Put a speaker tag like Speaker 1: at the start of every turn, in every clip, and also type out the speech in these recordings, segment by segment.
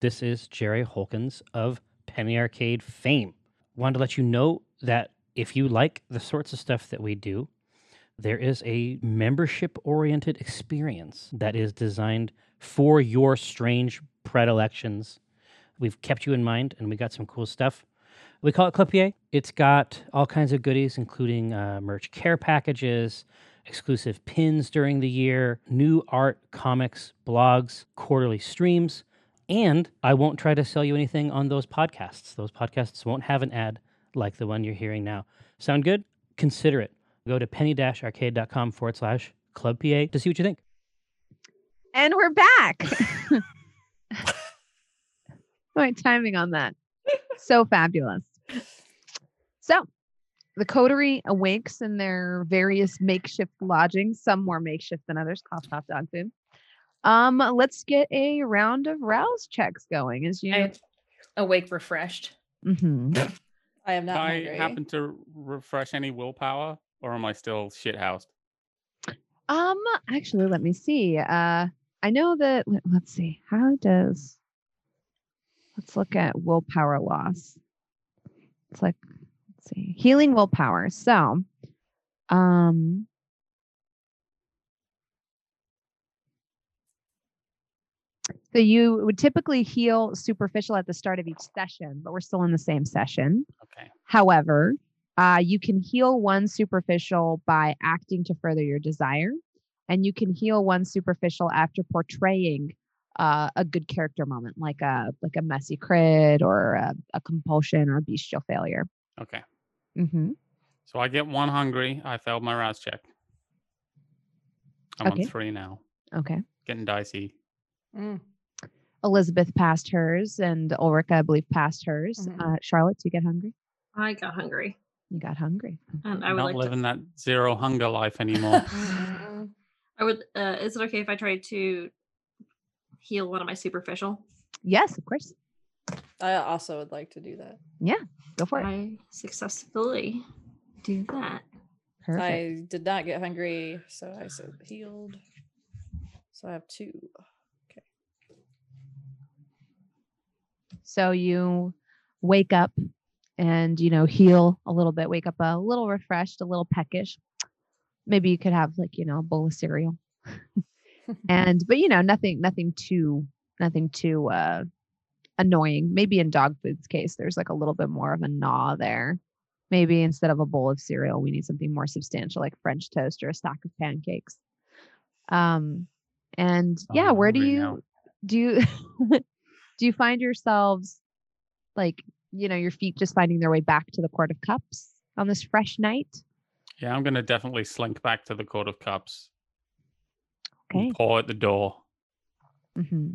Speaker 1: This is Jerry Holkins of Penny Arcade fame. Wanted to let you know that if you like the sorts of stuff that we do, there is a membership oriented experience that is designed for your strange predilections. We've kept you in mind and we got some cool stuff. We call it Clipier. It's got all kinds of goodies, including uh, merch care packages, exclusive pins during the year, new art, comics, blogs, quarterly streams. And I won't try to sell you anything on those podcasts. Those podcasts won't have an ad like the one you're hearing now. Sound good? Consider it. Go to penny arcade.com forward slash club PA to see what you think.
Speaker 2: And we're back. My timing on that. So fabulous. So the coterie awakes in their various makeshift lodgings, some more makeshift than others, cough, cough, dog food. Um, let's get a round of rouse checks going as you
Speaker 3: I'm awake refreshed.
Speaker 2: Mhm.
Speaker 4: I am not
Speaker 5: I
Speaker 4: hungry.
Speaker 5: happen to refresh any willpower, or am I still shithoused?
Speaker 2: um actually let me see. Uh I know that let- let's see, how does let's look at willpower loss. It's like let's see, healing willpower. So um So you would typically heal superficial at the start of each session, but we're still in the same session.
Speaker 5: Okay.
Speaker 2: However, uh, you can heal one superficial by acting to further your desire, and you can heal one superficial after portraying uh, a good character moment, like a like a messy crit or a, a compulsion or a bestial failure.
Speaker 5: Okay.
Speaker 2: Mm-hmm.
Speaker 5: So I get one hungry. I failed my rouse check. I'm
Speaker 2: Okay.
Speaker 5: on three now.
Speaker 2: Okay.
Speaker 5: Getting dicey.
Speaker 4: Mm.
Speaker 2: Elizabeth passed hers, and Ulrika, I believe, passed hers.
Speaker 4: Mhm.
Speaker 2: Uh, Charlotte, do you get hungry?
Speaker 3: I got hungry,
Speaker 2: You got hungry.
Speaker 3: and I
Speaker 5: I'm
Speaker 3: would
Speaker 5: not
Speaker 3: like
Speaker 5: living that zero hunger life
Speaker 4: Mm,
Speaker 5: anymore.
Speaker 3: to. I would. Uh, is it okay if I try to heal one of my superficial?
Speaker 2: Yes, of course.
Speaker 4: I also would like to do that.
Speaker 2: Go for it.
Speaker 3: I successfully do that.
Speaker 2: Perfect.
Speaker 4: I did not get hungry, so I said healed. So I have two.
Speaker 2: So you wake up and you know heal a little bit, wake up a little refreshed, a little peckish. Maybe you could have like, you know, a bowl of cereal. and but you know, nothing nothing too nothing too uh annoying. Maybe in dog food's case there's like a little bit more of a gnaw there. Maybe instead of a bowl of cereal, we need something more substantial like french toast or a stack of pancakes. Um and yeah,
Speaker 5: I'm
Speaker 2: where do
Speaker 5: hungry
Speaker 2: you
Speaker 5: now.
Speaker 2: do you do you find yourselves like you know your feet just finding their way back to the court of cups on this fresh night
Speaker 5: Yeah, I'm gonna definitely slink back to the Court of Cups. and
Speaker 2: okay
Speaker 5: Paw at the door.
Speaker 2: hmm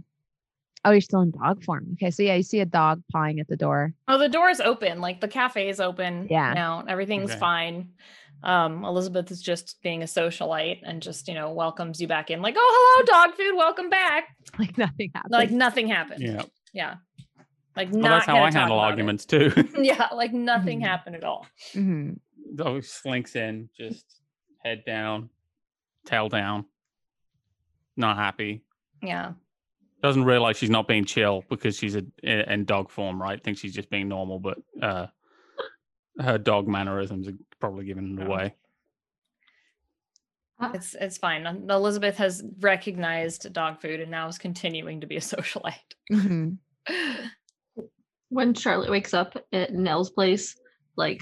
Speaker 2: oh you're still in dog form okay so yeah you see a dog pawing at the door
Speaker 6: Oh, the door is open. Like the cafe is open.
Speaker 2: Yeah.
Speaker 6: Now everything's
Speaker 5: Okay.
Speaker 6: fine. Um, Elizabeth is just being a socialite and just, you know, welcomes you back in, like, oh, hello, dog food. Welcome back.
Speaker 2: like nothing happened
Speaker 6: Like nothing happened.
Speaker 5: Yeah.
Speaker 6: Yeah. Like,
Speaker 5: Well,
Speaker 6: not
Speaker 5: that's how
Speaker 6: gonna
Speaker 5: I
Speaker 6: talk
Speaker 5: handle
Speaker 6: about it.
Speaker 5: arguments too.
Speaker 6: Yeah. Like nothing
Speaker 4: Mm.
Speaker 2: Mhm.
Speaker 6: happened at all.
Speaker 2: Mhm.
Speaker 5: Oh, slinks in, just head down, tail down. Not happy.
Speaker 6: Yeah.
Speaker 5: Doesn't realize she's not being chill because she's a, in, in dog form, right? Thinks she's just being normal, but uh, her dog mannerisms are probably giving it
Speaker 6: Yeah.
Speaker 5: away.
Speaker 6: Um,
Speaker 3: Ah.
Speaker 6: It's it's fine. Um, Elizabeth has recognized dog food and now is continuing to be a socialite.
Speaker 2: Mhm.
Speaker 3: When Charlotte wakes up at Nell's place, like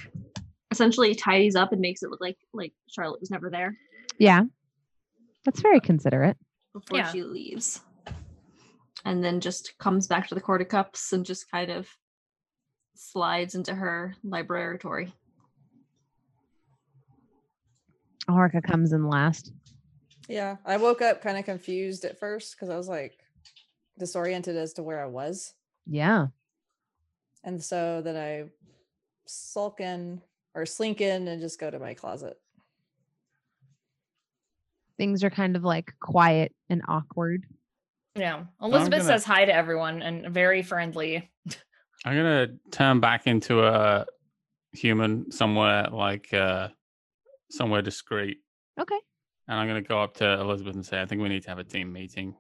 Speaker 3: essentially tidies up and makes it look like like Charlotte was never there
Speaker 2: yeah that's very considerate
Speaker 3: before
Speaker 6: Yeah.
Speaker 3: she leaves, and then just comes back to the court of cups and just kind of slides into her library.
Speaker 2: Orica comes in last
Speaker 4: Yeah, I woke up kind of confused at first because I was like disoriented as to where I was.
Speaker 2: yeah
Speaker 4: And so then I sulk in or slink in and just go to my closet.
Speaker 2: things are kind of like quiet and awkward
Speaker 6: Yeah. Elizabeth
Speaker 5: gonna-
Speaker 6: says hi to everyone and very friendly.
Speaker 5: I'm gonna turn back into a human somewhere like uh, somewhere discreet.
Speaker 2: okay
Speaker 5: And I'm going to go up to Elizabeth and say, I think we need to have a team meeting.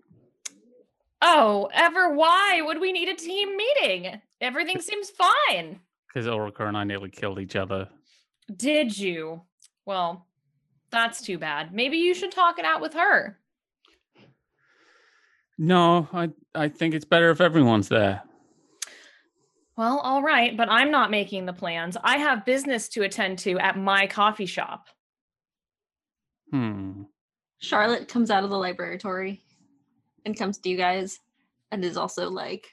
Speaker 6: Oh, ever why would we need a team meeting? Everything seems fine.
Speaker 5: because Ulrika and I nearly killed each other.
Speaker 6: Did you? Well, that's too bad. Maybe you should talk it out with her.
Speaker 5: No, I I think it's better if everyone's there.
Speaker 6: Well, all right, but I'm not making the plans. I have business to attend to at my coffee shop.
Speaker 5: Hmm.
Speaker 3: Charlotte comes out of the laboratory and comes to you guys and is also like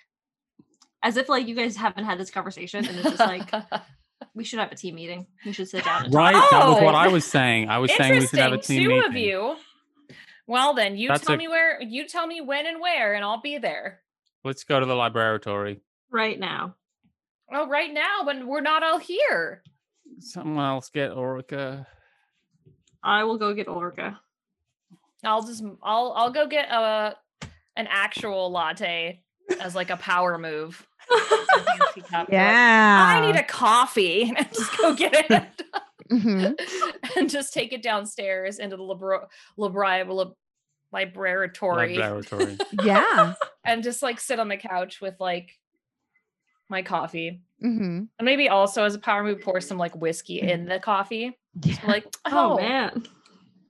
Speaker 3: as if like you guys haven't had this conversation and it's just like we should have a team meeting. We should sit down and talk.
Speaker 5: Right, that was what
Speaker 6: Oh!
Speaker 5: I was saying. I was saying we should have a team
Speaker 6: two
Speaker 5: meeting.
Speaker 6: of you. Well, then you
Speaker 5: That's
Speaker 6: tell
Speaker 5: a-
Speaker 6: me where you tell me when and where, and I'll be there.
Speaker 5: Let's go to the laboratory.
Speaker 3: right now.
Speaker 6: Oh, right now, but we're not all here.
Speaker 5: Someone else get Ulrika.
Speaker 3: I will go get Olga.
Speaker 6: I'll just I'll I'll go get a an actual latte as like a power move. A fancy cup, but I need a coffee and just go get it.
Speaker 2: Mhm.
Speaker 6: and just take it downstairs into the libra- libra- lib- library
Speaker 5: Laboratory.
Speaker 2: Yeah.
Speaker 6: and just like sit on the couch with like my coffee.
Speaker 2: hmm
Speaker 6: And maybe also as a power move, pour some like whiskey
Speaker 4: Mm.
Speaker 6: in the coffee.
Speaker 2: yeah.
Speaker 6: Like,
Speaker 3: Oh,
Speaker 6: oh, man.
Speaker 3: man.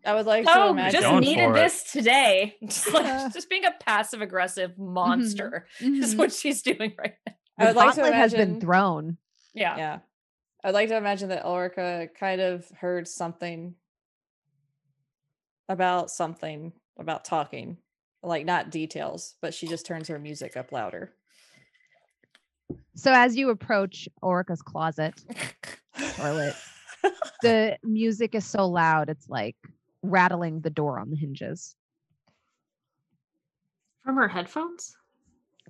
Speaker 4: I would like to
Speaker 6: Oh,
Speaker 4: imagine.
Speaker 6: just
Speaker 5: Going
Speaker 6: needed
Speaker 5: for it.
Speaker 6: this today. Just
Speaker 4: Yeah. Mm-hmm.
Speaker 6: like just being a passive aggressive monster is
Speaker 2: Mhm.
Speaker 6: what she's doing right now.
Speaker 4: I
Speaker 2: The
Speaker 4: would like to
Speaker 2: gauntlet has been
Speaker 4: imagine.
Speaker 2: thrown.
Speaker 6: Yeah.
Speaker 4: yeah, I'd like to imagine that Ulrika kind of heard something about something about talking, like not details, but she just turns her music up louder.
Speaker 2: So as you approach Orica's closet, Charlotte, the music is so loud it's like rattling the door on the hinges.
Speaker 3: From her headphones?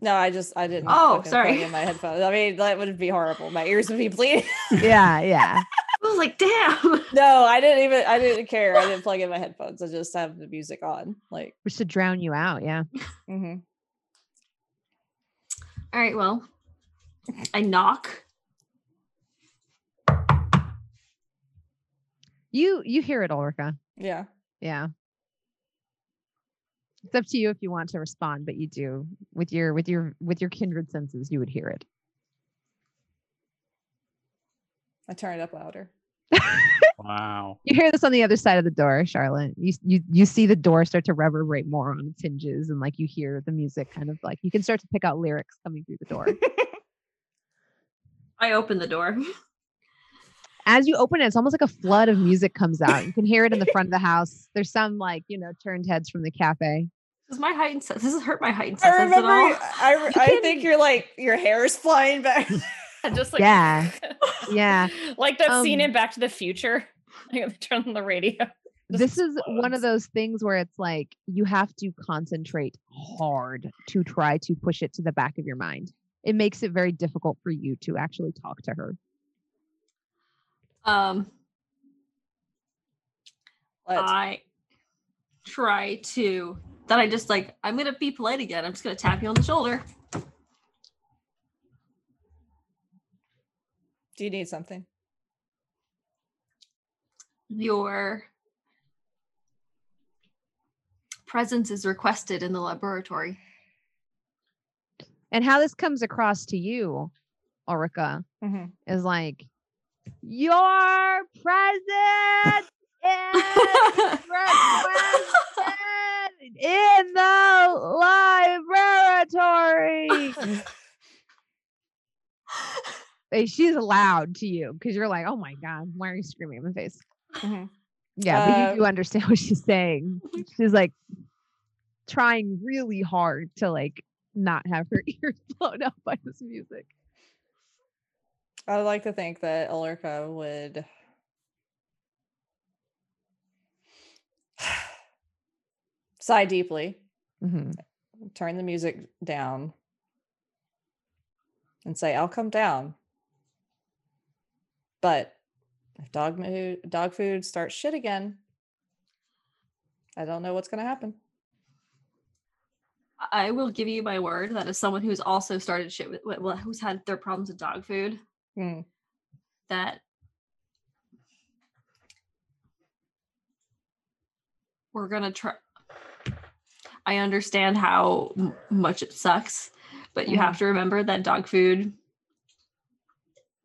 Speaker 4: No, I just I didn't.
Speaker 3: Oh,
Speaker 4: fucking plug
Speaker 3: sorry.
Speaker 4: In my headphones. I mean, that would be horrible. My ears would be bleeding.
Speaker 2: Yeah, yeah.
Speaker 3: I was like, damn.
Speaker 4: no, I didn't even. I didn't care. I didn't plug in my headphones. I just have the music on. Like,
Speaker 2: Which should drown you out, yeah.
Speaker 4: mhm.
Speaker 3: All right, well, I knock.
Speaker 2: You you hear it, Orica.
Speaker 4: yeah.
Speaker 2: Yeah. It's up to you if you want to respond, but you do with your with your with your kindred senses, you would hear it.
Speaker 4: I turn it up louder.
Speaker 5: wow.
Speaker 2: You hear this on the other side of the door, Charlotte. You s- you you see the door start to reverberate more on its hinges, and like you hear the music kind of like you can start to pick out lyrics coming through the door.
Speaker 3: I open the door.
Speaker 2: As you open it, it's almost like a flood of music comes out. You can hear it in the front of the house. There's some like you know turned heads from the cafe.
Speaker 3: Does my height and sen- does this hurt my height and
Speaker 4: I
Speaker 3: senses at
Speaker 4: remember.
Speaker 3: all?
Speaker 4: I,
Speaker 6: I
Speaker 4: I
Speaker 6: can-
Speaker 4: think you're like your hair is flying back.
Speaker 6: And just like
Speaker 2: Yeah. Yeah.
Speaker 6: like that scene in
Speaker 2: Um,
Speaker 6: Back to the Future. I gotta turn on the radio. Just
Speaker 2: this is one of
Speaker 6: explodes.
Speaker 2: those things where it's like you have to concentrate hard to try to push it to the back of your mind. It makes it very difficult for you to actually talk to her.
Speaker 3: Um,
Speaker 4: But
Speaker 3: I try to then I just like I'm gonna be polite again. I'm just gonna tap you on the shoulder.
Speaker 4: do you need something?
Speaker 3: Your presence is requested in the laboratory.
Speaker 2: And how this comes across to you, Orica,
Speaker 4: Mm-hmm.
Speaker 2: is like your presence is requested in the laboratory. Like, She's loud to you because you're like, oh my God, why are you screaming in my face?
Speaker 4: Mhm.
Speaker 2: Yeah, but
Speaker 4: Uh, Mm-hmm.
Speaker 2: you do understand what she's saying. She's like trying really hard to like not have her ears blown out by this music.
Speaker 4: I would like to think that Ulrika would sigh deeply, Mm-hmm. turn the music down, and say, I'll come down. But if dog, mo- dog food starts shit again, I don't know what's going to happen.
Speaker 3: I will give you my word that as someone who's also started shit with well, who's had their problems with dog food,
Speaker 4: Mm.
Speaker 3: that we're gonna try I understand how m- much it sucks, but you have to remember that dog food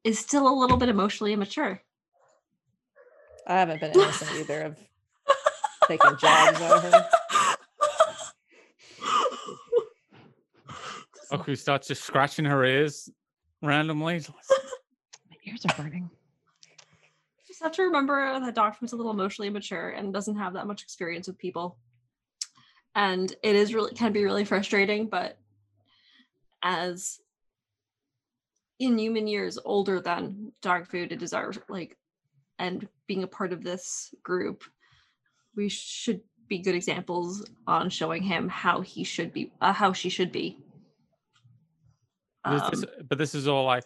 Speaker 3: is still a little bit emotionally immature.
Speaker 4: I haven't been innocent either of taking jobs out of her.
Speaker 5: Aku Oh, starts just scratching her ears randomly. It's like,
Speaker 2: My ears are burning.
Speaker 3: just have to remember that dog food's a little emotionally immature and doesn't have that much experience with people. And it is really can be really frustrating, but as in human years older than dog food, it is our like and being a part of this group, we should be good examples on showing him how he should be uh, how she should be.
Speaker 5: this- this-
Speaker 3: Um,
Speaker 5: but this is all like,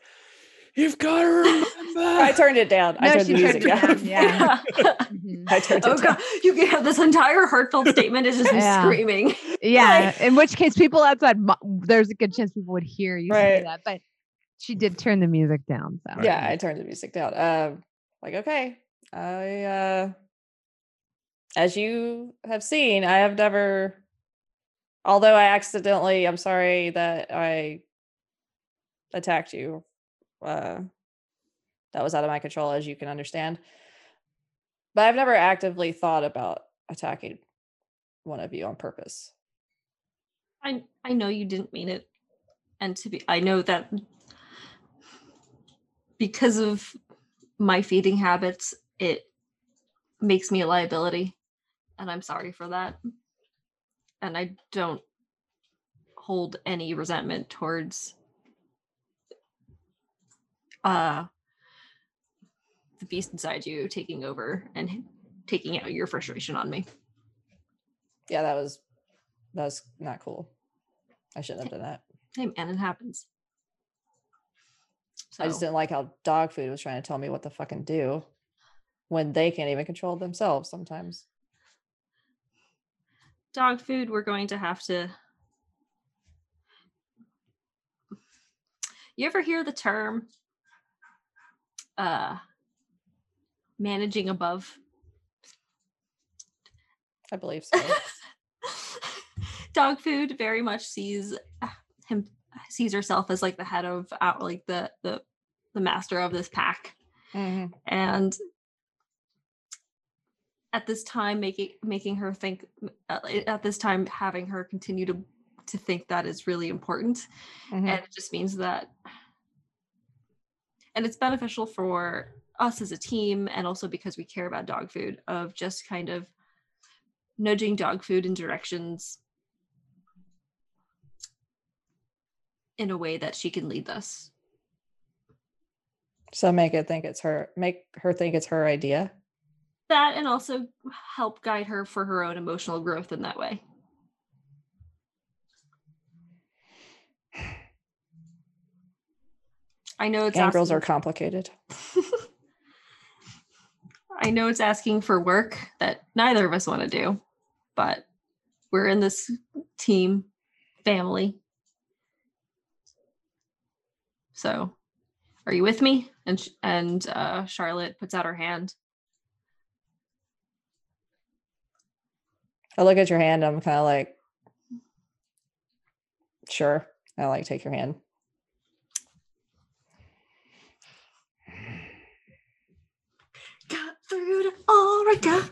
Speaker 5: you've got to remember.
Speaker 4: I turned it down. I
Speaker 2: No,
Speaker 4: turned
Speaker 2: she
Speaker 4: the
Speaker 2: turned
Speaker 4: music
Speaker 2: it
Speaker 4: down.
Speaker 2: down. Yeah. Mhm.
Speaker 4: I turned it
Speaker 3: oh
Speaker 4: down.
Speaker 3: god, you can have this entire heartfelt statement is just me
Speaker 2: Yeah.
Speaker 3: screaming.
Speaker 2: Yeah. In which case, people outside, mu- there's a good chance people would hear you say
Speaker 4: Right.
Speaker 2: that. But she did turn the music down. So
Speaker 4: Yeah, I turned the music down. Um, like okay, I uh, as you have seen, I have never. Although I accidentally, I'm sorry that I attacked you. Uh, that was out of my control, as you can understand. But I've never actively thought about attacking one of you on purpose.
Speaker 3: I I know you didn't mean it, and to be I know that because of my feeding habits, it makes me a liability, and I'm sorry for that. And I don't hold any resentment towards uh the beast inside you taking over and h- taking out your frustration on me.
Speaker 4: Yeah, that was that was not cool. I shouldn't have done that.
Speaker 3: Hey man, it happens. So.
Speaker 4: I just didn't like how dog food was trying to tell me what to fucking do when they can't even control themselves sometimes.
Speaker 3: dog food, we're going to have to. You ever hear the term uh, managing above?
Speaker 4: I believe so. Mm-hmm.
Speaker 3: dog food very much sees uh, him sees herself as like the head of out like the the the master of this pack
Speaker 4: Mhm.
Speaker 3: and at this time making making her think uh, at this time having her continue to to think that is really important
Speaker 4: Mhm.
Speaker 3: and it just means that and it's beneficial for us as a team and also because we care about dog food of just kind of nudging dog food in directions in a way that she can lead us
Speaker 4: So make it think it's her make her think it's her idea.
Speaker 3: that and also help guide her for her own emotional growth in that way i know it's
Speaker 4: Gang girls
Speaker 3: asking-
Speaker 4: are complicated.
Speaker 3: I know it's asking for work that neither of us want to do, but we're in this team family. So, are you with me? And sh- and uh, Charlotte puts out her hand.
Speaker 4: I look at your hand, I'm kinda like sure. I like take your hand.
Speaker 3: Got through to Orica.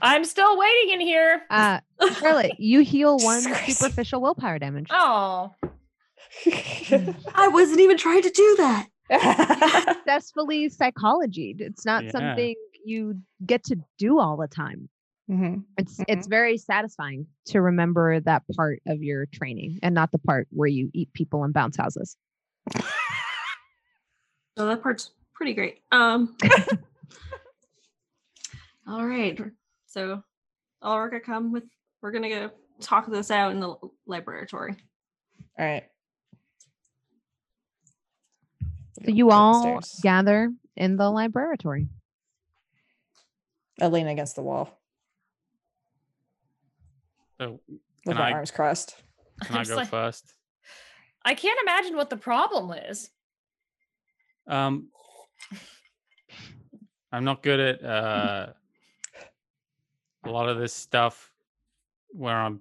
Speaker 6: I'm still waiting in here.
Speaker 2: uh, Charlotte, you heal
Speaker 4: Jesus
Speaker 2: one
Speaker 4: Christ.
Speaker 2: superficial willpower damage.
Speaker 6: Oh,
Speaker 3: I wasn't even trying to do that.
Speaker 2: Successfully psychology. It's not
Speaker 5: Yeah.
Speaker 2: something you get to do all the time.
Speaker 4: Mhm.
Speaker 2: It's it's very satisfying to remember that part of your training and not the part where you eat people and bounce houses.
Speaker 3: So that part's pretty great. Um. all right. So, Ulrika, come with. We're gonna go talk this out in the l- laboratory.
Speaker 4: All right.
Speaker 2: So you all
Speaker 4: Upstairs.
Speaker 2: gather in the laboratory.
Speaker 4: I lean against the wall
Speaker 5: So
Speaker 4: with
Speaker 5: Can
Speaker 4: my
Speaker 5: I-
Speaker 4: arms crossed.
Speaker 5: can I
Speaker 6: It's
Speaker 5: go
Speaker 6: like-
Speaker 5: first?
Speaker 6: I can't imagine what the problem is.
Speaker 5: Um, I'm not good at uh, a lot of this stuff. where I'm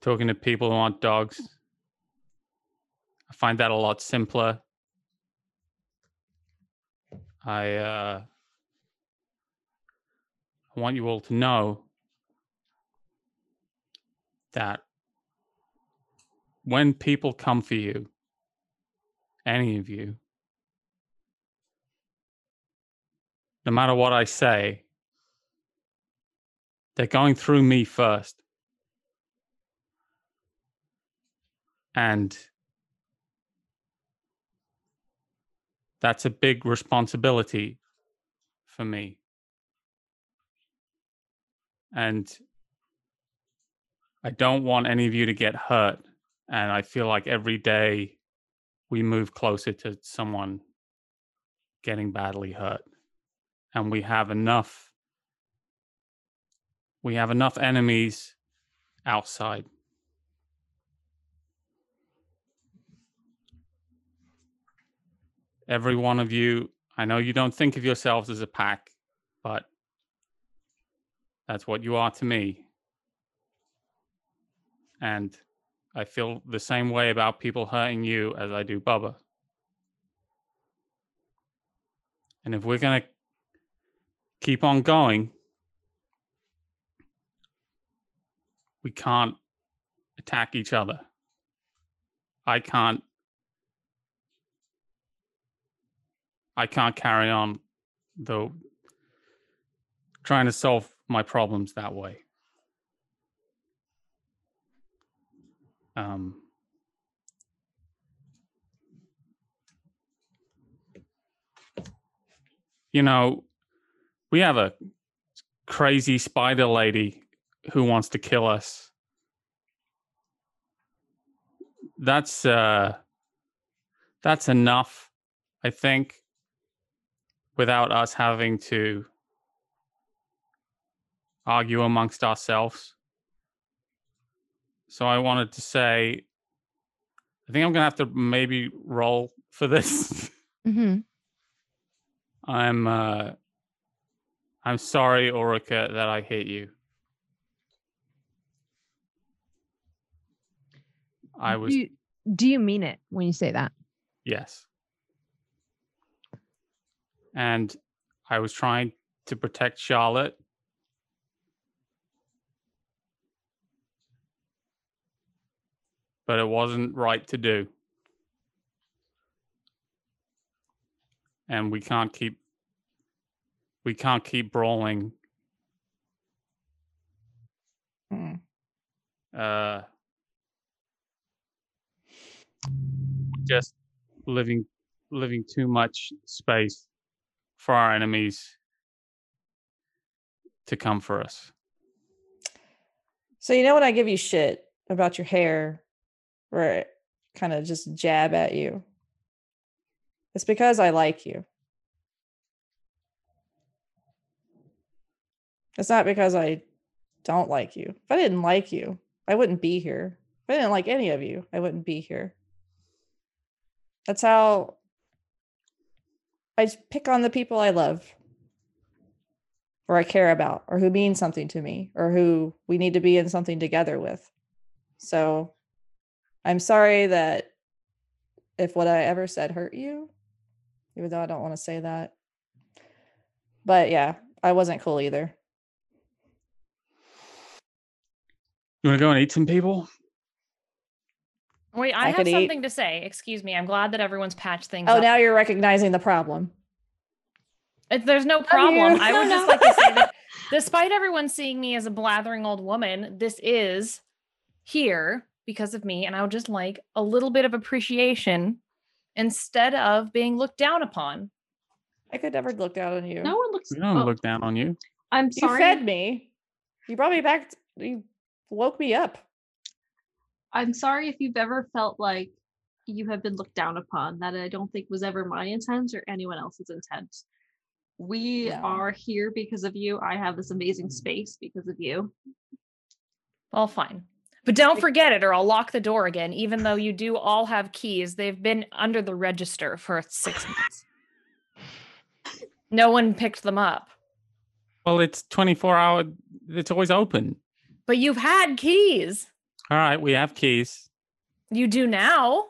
Speaker 5: talking to people who aren't dogs. I find that a lot simpler. I uh, I want you all to know that when people come for you, any of you, no matter what I say, they're going through me first. And that's a big responsibility for me. And I don't want any of you to get hurt. And I feel like every day we move closer to someone getting badly hurt. And we have enough we have enough enemies outside. Every one of you, I know you don't think of yourselves as a pack, but that's what you are to me. And I feel the same way about people hurting you as I do Bubba. And if we're going to keep on going, we can't attack each other. I can't I can't carry on though trying to solve my problems that way. Um You know, we have a crazy spider lady who wants to kill us. That's uh that's enough, I think, without us having to argue amongst ourselves. So I wanted to say I think I'm gonna have to maybe roll for this.
Speaker 2: Mm-hmm.
Speaker 5: I'm uh I'm sorry, Orica, that I hit you. I was
Speaker 2: Do you, do you mean it when you say that?
Speaker 5: Yes. And I was trying to protect Charlotte. But it wasn't right to do. And we can't keep we can't keep brawling.
Speaker 4: Hmm.
Speaker 5: Uh just living living too much space for our enemies to come for us.
Speaker 4: So you know when I give you shit about your hair, where it kind of just jab at you, it's because I like you. It's not because I don't like you. If I didn't like you, I wouldn't be here. If I didn't like any of you, I wouldn't be here. That's how I just pick on the people I love or I care about or who mean something to me or who we need to be in something together with. So I'm sorry that if what I ever said hurt you, even though I don't want to say that. But yeah, I wasn't cool either.
Speaker 5: You want to go and eat some people?
Speaker 6: Wait, I,
Speaker 4: I
Speaker 6: have
Speaker 4: could eat-
Speaker 6: something to say. Excuse me. I'm glad that everyone's patched things
Speaker 4: Oh,
Speaker 6: up.
Speaker 4: now you're recognizing the problem.
Speaker 6: If there's no problem.
Speaker 4: here.
Speaker 6: I would just like to say that despite everyone seeing me as a blathering old woman, this is here because of me. And I would just like a little bit of appreciation instead of being looked down upon.
Speaker 4: I could never look down on you.
Speaker 3: No one looks.
Speaker 5: We don't
Speaker 3: oh,
Speaker 5: look down on you.
Speaker 3: I'm
Speaker 4: you
Speaker 3: sorry.
Speaker 4: fed me. You brought me back. t- you woke me up.
Speaker 3: I'm sorry if you've ever felt like you have been looked down upon. That I don't think was ever my intent or anyone else's intent. We
Speaker 4: No.
Speaker 3: are here because of you. I have this amazing space because of you.
Speaker 6: Well, fine. But don't forget it, or I'll lock the door again, even though you do all have keys. They've been under the register for six months. No one picked them up.
Speaker 5: Well, it's 24 hour, it's always open.
Speaker 6: But you've had keys.
Speaker 5: All right, we have keys.
Speaker 6: You do now.
Speaker 5: All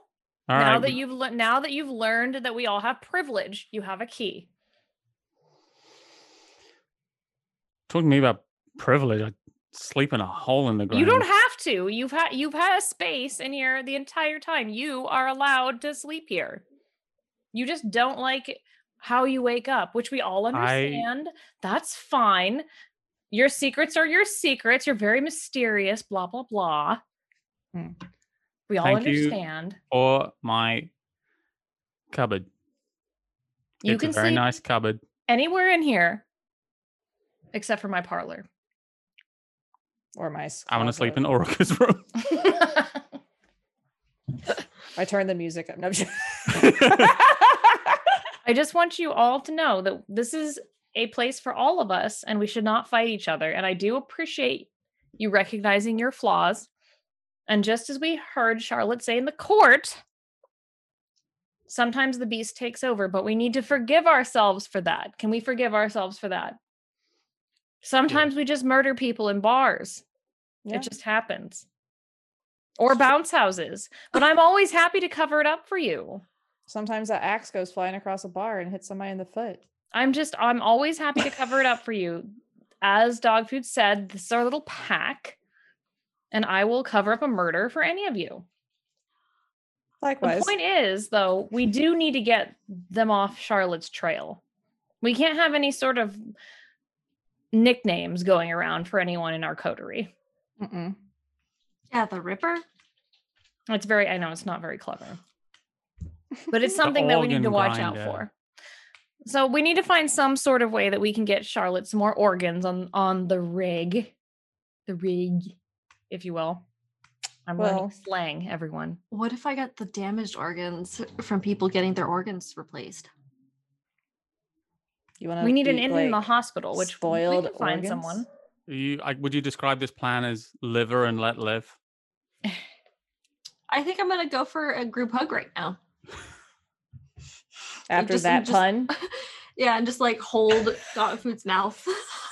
Speaker 5: right,
Speaker 6: now that
Speaker 5: we-
Speaker 6: you've le- now that you've learned that we all have privilege, you have a key.
Speaker 5: talking to me about privilege. I sleep in a hole in the ground.
Speaker 6: You don't have to. You've had you've had a space in here the entire time. You are allowed to sleep here. You just don't like how you wake up, which we all understand. That's fine. Your secrets are your secrets. You're very mysterious, blah blah blah.
Speaker 4: Hmm.
Speaker 6: We all
Speaker 5: Thank you.
Speaker 6: understand.
Speaker 5: or my cupboard.
Speaker 6: You,
Speaker 5: it's
Speaker 6: can
Speaker 5: a very
Speaker 6: sleep
Speaker 5: nice cupboard.
Speaker 6: anywhere in here except for my parlor.
Speaker 4: or my.
Speaker 5: I want to sleep in
Speaker 4: closet.
Speaker 5: Orica's room.
Speaker 4: I turn the music up. No, I'm joking.
Speaker 6: I just want you all to know that this is a place for all of us and we should not fight each other. And I do appreciate you recognizing your flaws. And just as we heard Charlotte say in the court, sometimes the beast takes over, but we need to forgive ourselves for that. Can we forgive ourselves for that? Sometimes we just murder people in bars.
Speaker 4: Yeah.
Speaker 6: It just happens. Or bounce houses. But I'm always happy to cover it up for you.
Speaker 4: Sometimes that axe goes flying across a bar and hits somebody in the foot.
Speaker 6: I'm just I'm always happy to cover it up for you. As dog food said, this is our little pack, and I will cover up a murder for any of you. The
Speaker 4: Likewise,
Speaker 6: point is, though, we do need to get them off Charlotte's trail. We can't have any sort of nicknames going around for anyone in our coterie.
Speaker 4: Mm-mm.
Speaker 3: Yeah, the Ripper.
Speaker 6: It's very I know it's not very clever. But it's something that we need to
Speaker 5: organ
Speaker 6: watch out
Speaker 5: grinder.
Speaker 6: for. So we need to find some sort of way that we can get Charlotte some more organs on on the rig. The rig, if you will. I'm
Speaker 4: Well-
Speaker 6: learning slang, everyone.
Speaker 3: What if I got the damaged organs from people getting their organs replaced?
Speaker 4: you want to.
Speaker 6: we need an in in the hospital, which
Speaker 4: uh, spoiled
Speaker 6: we can find someone.
Speaker 4: organs?
Speaker 5: you, I, would you describe this plan as liver and let live?
Speaker 3: I think I'm gonna go for a group hug right now. And
Speaker 4: after
Speaker 3: just-
Speaker 4: that
Speaker 3: and just-
Speaker 4: pun.
Speaker 3: Yeah, and just like hold dog food's mouth.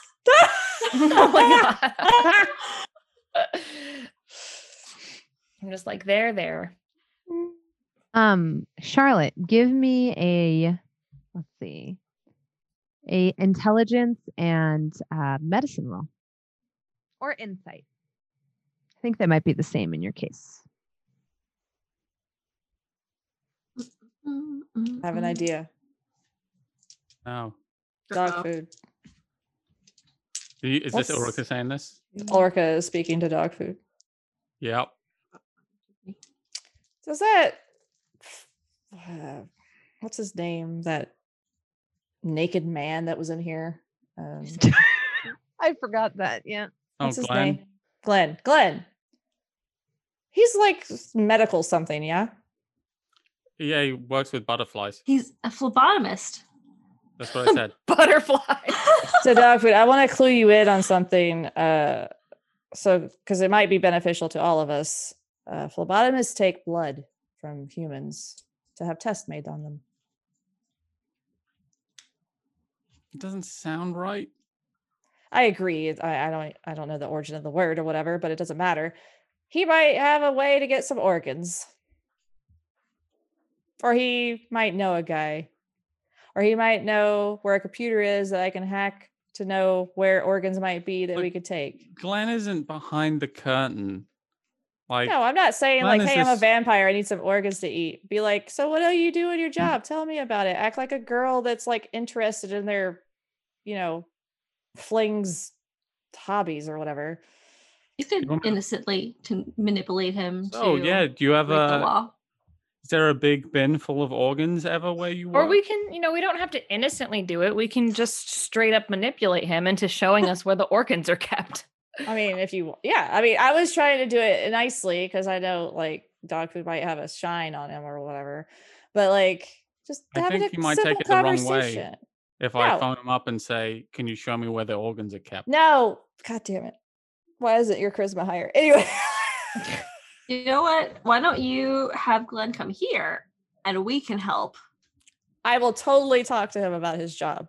Speaker 6: oh my god. I'm just like there, there.
Speaker 2: Um, Charlotte, give me a let's see, a intelligence and uh, medicine roll, or insight. I think that might be the same in your case.
Speaker 3: Mm-hmm.
Speaker 4: I
Speaker 6: Mm-hmm.
Speaker 4: have an idea.
Speaker 5: No.
Speaker 4: Dog food.
Speaker 5: Do you, is this
Speaker 4: What's-
Speaker 5: Orica saying this?
Speaker 4: Orca is speaking to dog food.
Speaker 5: Yep.
Speaker 4: Does that? Uh, what's his name? That naked man that was in here. Um,
Speaker 2: I forgot that. Yeah.
Speaker 5: Oh,
Speaker 4: what's his
Speaker 5: Glenn.
Speaker 4: name? Glenn. Glenn. He's like medical something, yeah.
Speaker 5: Yeah, he works with butterflies.
Speaker 3: He's a phlebotomist.
Speaker 5: That's what I said.
Speaker 6: Butterfly.
Speaker 4: so dog food i want to clue you in on something uh so because it might be beneficial to all of us uh phlebotomists take blood from humans to have tests made on them
Speaker 5: It doesn't sound right.
Speaker 4: i agree it- I, I don't i don't know the origin of the word or whatever but it doesn't matter he might have a way to get some organs or he might know a guy or he might know where a computer is that i can hack to know where organs might be that
Speaker 5: But
Speaker 4: we could take
Speaker 5: Glenn isn't behind the curtain. Like,
Speaker 4: No, I'm not saying like,
Speaker 5: Mine is
Speaker 4: hey, I'm a
Speaker 5: this-
Speaker 4: vampire. I need some organs to eat. Be like, so what do you do in your job? Tell me about it. Act like a girl that's like interested in their, you know, flings hobbies or whatever.
Speaker 3: You could
Speaker 5: want me-
Speaker 3: innocently to manipulate him.
Speaker 5: oh,
Speaker 3: to
Speaker 5: yeah. Do you have
Speaker 3: break
Speaker 5: a.
Speaker 3: the law.
Speaker 5: Is there a big bin full of organs ever where you work?
Speaker 6: Or we can, you know, we don't have to innocently do it. We can just straight up manipulate him into showing us where the organs are kept.
Speaker 4: I mean, if you, yeah, I mean, I was trying to do it nicely because I know like dog food might have a shine on him or whatever, but like just
Speaker 5: I
Speaker 4: having
Speaker 5: think
Speaker 4: a
Speaker 5: you might
Speaker 4: simple
Speaker 5: take it the wrong way.
Speaker 4: conversation.
Speaker 5: If I
Speaker 4: No.
Speaker 5: phone him up and say, "Can you show me where the organs are kept?"
Speaker 4: No, god damn it. Why isn't your charisma higher? Anyway,
Speaker 3: You know what? Why don't you have Glenn come here and we can help?
Speaker 4: I will totally talk to him about his job.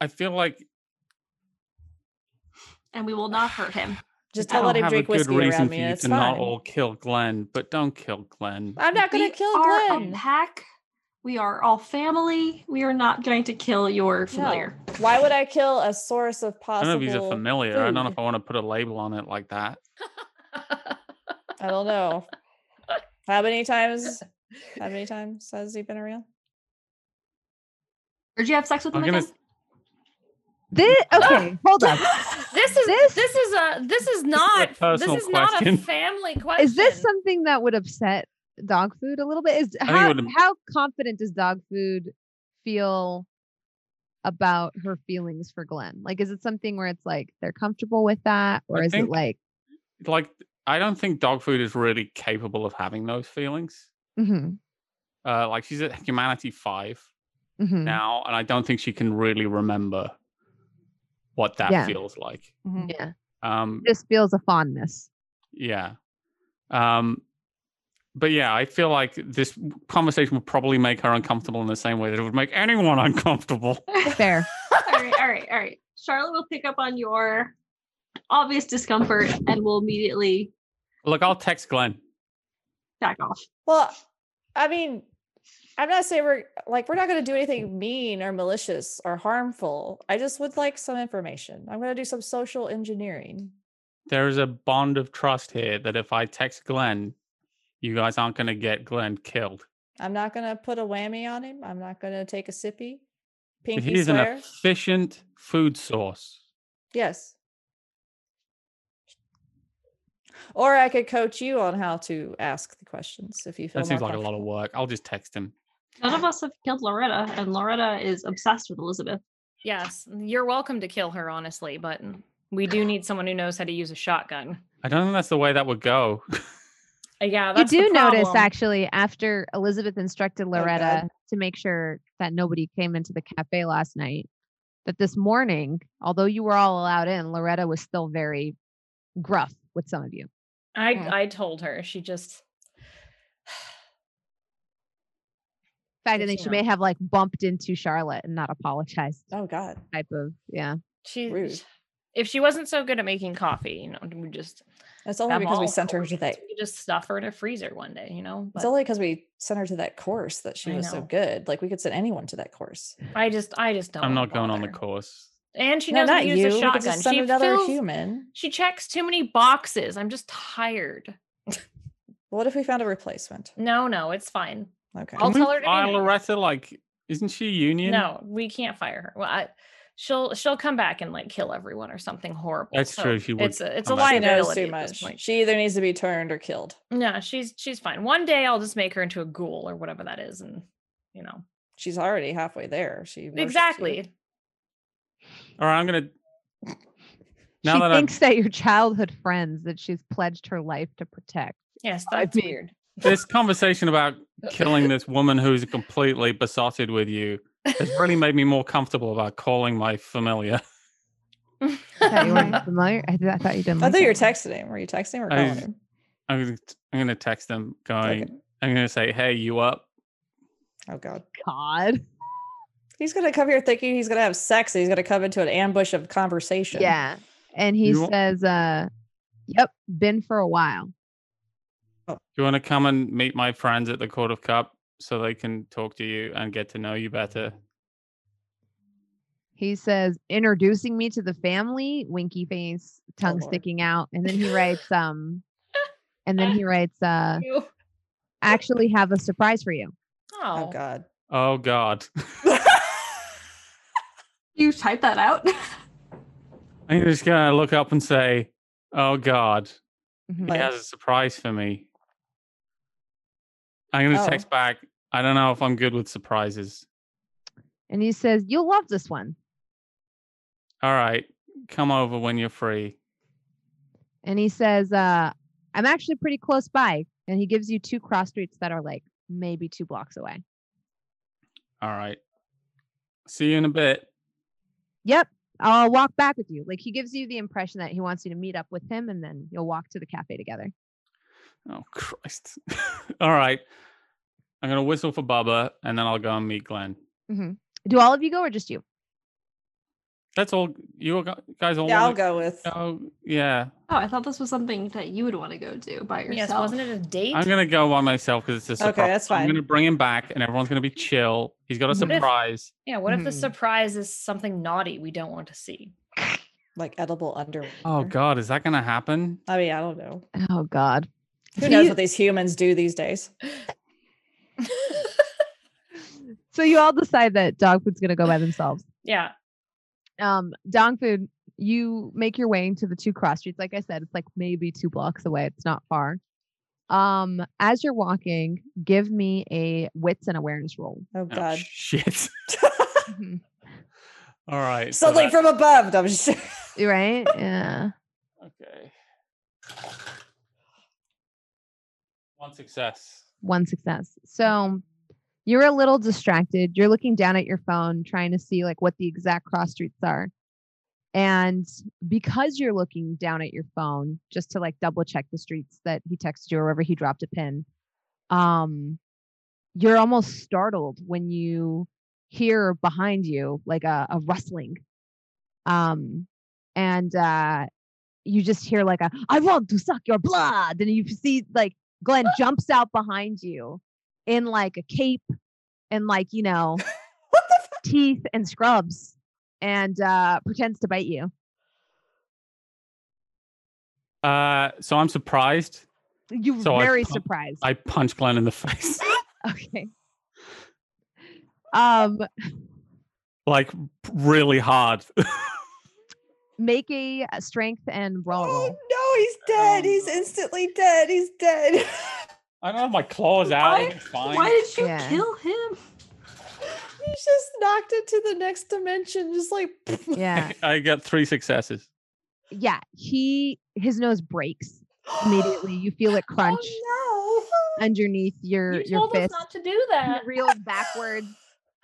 Speaker 5: I feel like
Speaker 3: and we will not hurt him.
Speaker 4: Just
Speaker 5: I
Speaker 4: don't let
Speaker 5: don't
Speaker 4: him
Speaker 5: have
Speaker 4: drink
Speaker 5: a good
Speaker 4: whiskey
Speaker 5: reason
Speaker 4: around
Speaker 5: for
Speaker 4: me.
Speaker 5: you
Speaker 4: It's
Speaker 5: to not
Speaker 4: fine.
Speaker 5: all kill Glenn, but don't kill Glenn.
Speaker 4: I'm not gonna
Speaker 3: we
Speaker 4: kill
Speaker 3: are a
Speaker 4: Glenn.
Speaker 3: pack. We are all family. We are not going to kill your familiar.
Speaker 4: Why would I kill a source of
Speaker 5: I
Speaker 4: possible?
Speaker 5: don't know if he's a familiar. I don't know
Speaker 4: food.
Speaker 5: if I want to put a label on it like that.
Speaker 4: I don't know. How many times? How many times has he been around?
Speaker 3: Or did you have sex with
Speaker 5: I'm
Speaker 3: him
Speaker 5: gonna
Speaker 3: again?
Speaker 2: This, okay, hold up.
Speaker 6: This is
Speaker 2: This-
Speaker 6: this, is a this is not this is,
Speaker 5: personal
Speaker 6: not a
Speaker 5: question.
Speaker 6: family question.
Speaker 2: Is this something that would upset dog food a little bit? Is
Speaker 5: it
Speaker 2: how,
Speaker 5: would-
Speaker 2: how confident does dog food feel about her feelings for Glenn? Like, is it something where it's like they're comfortable with that, or
Speaker 5: I
Speaker 2: is it
Speaker 5: think-
Speaker 2: like
Speaker 5: Like, I don't think dog food is really capable of having those feelings.
Speaker 2: mhm,
Speaker 5: Uh, like, she's at humanity five
Speaker 2: mhm,
Speaker 5: now, and I don't think she can really remember what that
Speaker 2: Yeah.
Speaker 5: feels like.
Speaker 4: Mhm.
Speaker 2: yeah,
Speaker 5: Um,
Speaker 2: just feels a fondness?
Speaker 5: Yeah. Um but yeah, I feel like this w- conversation would probably make her uncomfortable in the same way that it would make anyone uncomfortable.
Speaker 2: Fair.
Speaker 3: all right, all right, all right. Charlotte will pick up on your obvious discomfort and will immediately
Speaker 5: Look, I'll text Glenn.
Speaker 3: back off.
Speaker 4: Well, I mean, I'm not saying we're like we're not gonna do anything mean or malicious or harmful. I just would like some information. I'm gonna do some social engineering.
Speaker 5: There is a bond of trust here that if I text Glenn, you guys aren't going to get Glenn killed.
Speaker 4: I'm not gonna put a whammy on him. I'm not gonna take a sippy. Pinky
Speaker 5: He's an
Speaker 4: swear.
Speaker 5: efficient food source.
Speaker 4: Yes. Or I could coach you on how to ask the questions if you feel
Speaker 5: That seems
Speaker 4: more
Speaker 5: like a lot of
Speaker 4: comfortable.
Speaker 5: work. I'll just text him.
Speaker 3: None of us have killed Loretta, and Loretta is obsessed with Elizabeth.
Speaker 6: Yes, you're welcome to kill her, honestly, but we do need someone who knows how to use a shotgun.
Speaker 5: I don't think that's the way that would go.
Speaker 6: Uh, Yeah,
Speaker 2: You
Speaker 6: that's the
Speaker 2: do notice
Speaker 6: problem.
Speaker 2: actually after Elizabeth instructed
Speaker 4: God.
Speaker 2: Loretta to make sure that nobody came into the cafe last night, that this morning, although you were all allowed in, Loretta was still very gruff with some of you.
Speaker 4: Mm.
Speaker 6: I I told her she just
Speaker 2: In fact, I
Speaker 6: Yes,
Speaker 2: think
Speaker 6: you
Speaker 2: she
Speaker 6: know.
Speaker 2: may have like bumped into Charlotte and not apologized
Speaker 4: Oh god.
Speaker 2: type of yeah.
Speaker 6: she
Speaker 4: Rude.
Speaker 6: if she wasn't so good at making coffee, you know, we just
Speaker 4: That's only
Speaker 6: I'm
Speaker 4: because we
Speaker 6: all
Speaker 4: sent
Speaker 6: for
Speaker 4: her
Speaker 6: it.
Speaker 4: to that.
Speaker 6: we just stuff her in a freezer one day, you know.
Speaker 4: It's
Speaker 6: but-
Speaker 4: only because we sent her to that course that she
Speaker 6: I
Speaker 4: was so
Speaker 6: know.
Speaker 4: good. Like we could send anyone to that course.
Speaker 6: I just, I just don't.
Speaker 5: I'm
Speaker 6: wanna
Speaker 5: not going on the
Speaker 6: bother.
Speaker 5: course.
Speaker 6: And she
Speaker 4: No,
Speaker 6: knows how
Speaker 4: not
Speaker 6: to
Speaker 4: you.
Speaker 6: use a
Speaker 4: We could
Speaker 6: shotgun.
Speaker 4: just send
Speaker 6: She
Speaker 4: another
Speaker 6: fills-
Speaker 4: human.
Speaker 6: She checks too many boxes. I'm just tired.
Speaker 4: What if we found a replacement?
Speaker 6: No, no, it's fine.
Speaker 4: Okay.
Speaker 6: I'll
Speaker 5: Can we
Speaker 6: tell her to do
Speaker 5: fire
Speaker 6: that.
Speaker 5: Loretta, like, isn't she union?
Speaker 6: No, we can't fire her. Well, I, she'll she'll come back and like kill everyone or something horrible.
Speaker 5: That's true, she would
Speaker 6: It's a, it's a
Speaker 5: come back.
Speaker 4: she knows
Speaker 6: liability
Speaker 4: too
Speaker 6: at this
Speaker 4: much.
Speaker 6: point.
Speaker 4: She either needs to be turned or killed.
Speaker 6: No, she's she's fine. One day I'll just make her into a ghoul or whatever that is, and you know
Speaker 4: She's already halfway there. She worships you.
Speaker 6: exactly.
Speaker 5: All right, I'm going to. Now
Speaker 2: she
Speaker 5: that I'm
Speaker 2: thinks that your childhood friends that she's pledged her life to protect.
Speaker 6: Yes,
Speaker 2: I
Speaker 6: that's
Speaker 2: mean-
Speaker 6: weird.
Speaker 5: this conversation about killing this woman who's completely besotted with you has really made me more comfortable about calling my familiar.
Speaker 2: I thought you weren't familiar. I, th- I thought you didn't.
Speaker 4: I
Speaker 2: like
Speaker 4: thought you were
Speaker 2: that.
Speaker 4: texting him. Were you texting him or
Speaker 5: Mm-hmm. I
Speaker 4: calling
Speaker 5: was
Speaker 4: him?
Speaker 5: I'm gonna, t- I'm gonna text them going,
Speaker 4: Okay.
Speaker 5: I'm gonna say, hey, you up?
Speaker 4: Oh god.
Speaker 2: God.
Speaker 4: He's gonna come here thinking he's gonna have sex and he's gonna come into an ambush of conversation.
Speaker 2: Yeah. And he
Speaker 5: You wa-
Speaker 2: says, uh, "Yep, been for a while."
Speaker 5: Do you want to come and meet my friends at the Court of Cup so they can talk to you and get to know you better?
Speaker 2: He says, "Introducing me to the family." Winky face, tongue
Speaker 4: Lord.
Speaker 2: sticking out, and then he writes, um, and then he writes, uh,
Speaker 6: You-
Speaker 2: "Actually, have a surprise for you."
Speaker 4: Oh
Speaker 6: Oh,
Speaker 4: god.
Speaker 5: Oh God,
Speaker 3: You type that out?
Speaker 5: I'm just gonna look up and say, oh God,
Speaker 2: Mhm.
Speaker 5: he
Speaker 4: Like-
Speaker 5: has a surprise for me. I'm gonna
Speaker 4: Oh.
Speaker 5: text back. I don't know if I'm good with surprises.
Speaker 2: And he says, "You'll love this one."
Speaker 5: All right, come over when you're free.
Speaker 2: and he says, uh, "I'm actually pretty close by." And he gives you two cross streets that are like maybe two blocks away.
Speaker 5: All right. See you in a bit.
Speaker 2: Yep, I'll walk back with you. Like he gives you the impression that he wants you to meet up with him, and then you'll walk to the cafe together.
Speaker 5: Oh Christ. All right. I'm gonna whistle for Bubba and then I'll go and meet Glenn.
Speaker 2: Do all of you go or just you?
Speaker 5: That's all. You all gu- guys all.
Speaker 4: Yeah, I'll
Speaker 5: wanna
Speaker 4: go with.
Speaker 5: go? Yeah,
Speaker 3: Oh, I thought this was something that you would want to go to by yourself.
Speaker 6: Yes, wasn't it a date?
Speaker 5: I'm gonna go by myself because it's a
Speaker 4: Okay,
Speaker 5: surprise.
Speaker 4: that's
Speaker 5: I'm
Speaker 4: fine.
Speaker 5: gonna bring him back, and everyone's gonna be chill. He's got a
Speaker 6: What if-
Speaker 5: surprise.
Speaker 6: yeah. What if the
Speaker 4: Mhm.
Speaker 6: surprise is something naughty we don't want to see?
Speaker 4: Like edible underwear.
Speaker 5: Oh God, is that gonna happen?
Speaker 4: I mean, I don't know.
Speaker 2: Oh God.
Speaker 4: Who
Speaker 2: So
Speaker 4: knows
Speaker 2: you-
Speaker 4: what these humans do these days?
Speaker 2: So you all decide that dog food's gonna go by themselves.
Speaker 6: yeah.
Speaker 2: Um, dog food. You make your way into the two cross streets. Like I said, it's like maybe two blocks away. It's not far. Um, as you're walking, give me a wits and awareness roll.
Speaker 4: Oh
Speaker 5: Oh,
Speaker 4: god.
Speaker 5: shit. All right. so
Speaker 4: Suddenly
Speaker 5: that-
Speaker 4: from above. No, I'm just
Speaker 2: right? Yeah.
Speaker 5: Okay. One success.
Speaker 2: one success. So you're a little distracted. You're looking down at your phone, trying to see like what the exact cross streets are. And because you're looking down at your phone, just to like double check the streets that he texted you or wherever he dropped a pin, um, you're almost startled when you hear behind you like a, a rustling. Um, and uh, you just hear like a, I want to suck your blood. And you see like Glenn jumps out behind you in like a cape and like, you know,
Speaker 4: What the fuck?
Speaker 2: teeth and scrubs and uh pretends to bite you.
Speaker 5: Uh, so I'm surprised.
Speaker 2: You're
Speaker 5: So I
Speaker 2: very
Speaker 5: pump-
Speaker 2: surprised.
Speaker 5: I punch Glenn in the face,
Speaker 2: okay. Um
Speaker 5: like really hard.
Speaker 2: make a uh, strength and brawl roll.
Speaker 4: no, he's dead. He's instantly dead. He's dead.
Speaker 5: I don't have my claws out.
Speaker 3: Why-
Speaker 5: it's fine.
Speaker 3: Why did you
Speaker 2: Yeah.
Speaker 3: kill him?
Speaker 4: he's just knocked into the next dimension. Just like
Speaker 2: Yeah.
Speaker 5: I got three successes.
Speaker 2: Yeah. He his nose breaks immediately. You feel it crunch
Speaker 4: Oh no.
Speaker 2: underneath your
Speaker 6: You
Speaker 2: your
Speaker 6: told us
Speaker 2: fist.
Speaker 6: not to do
Speaker 2: He
Speaker 6: that.
Speaker 2: reels backwards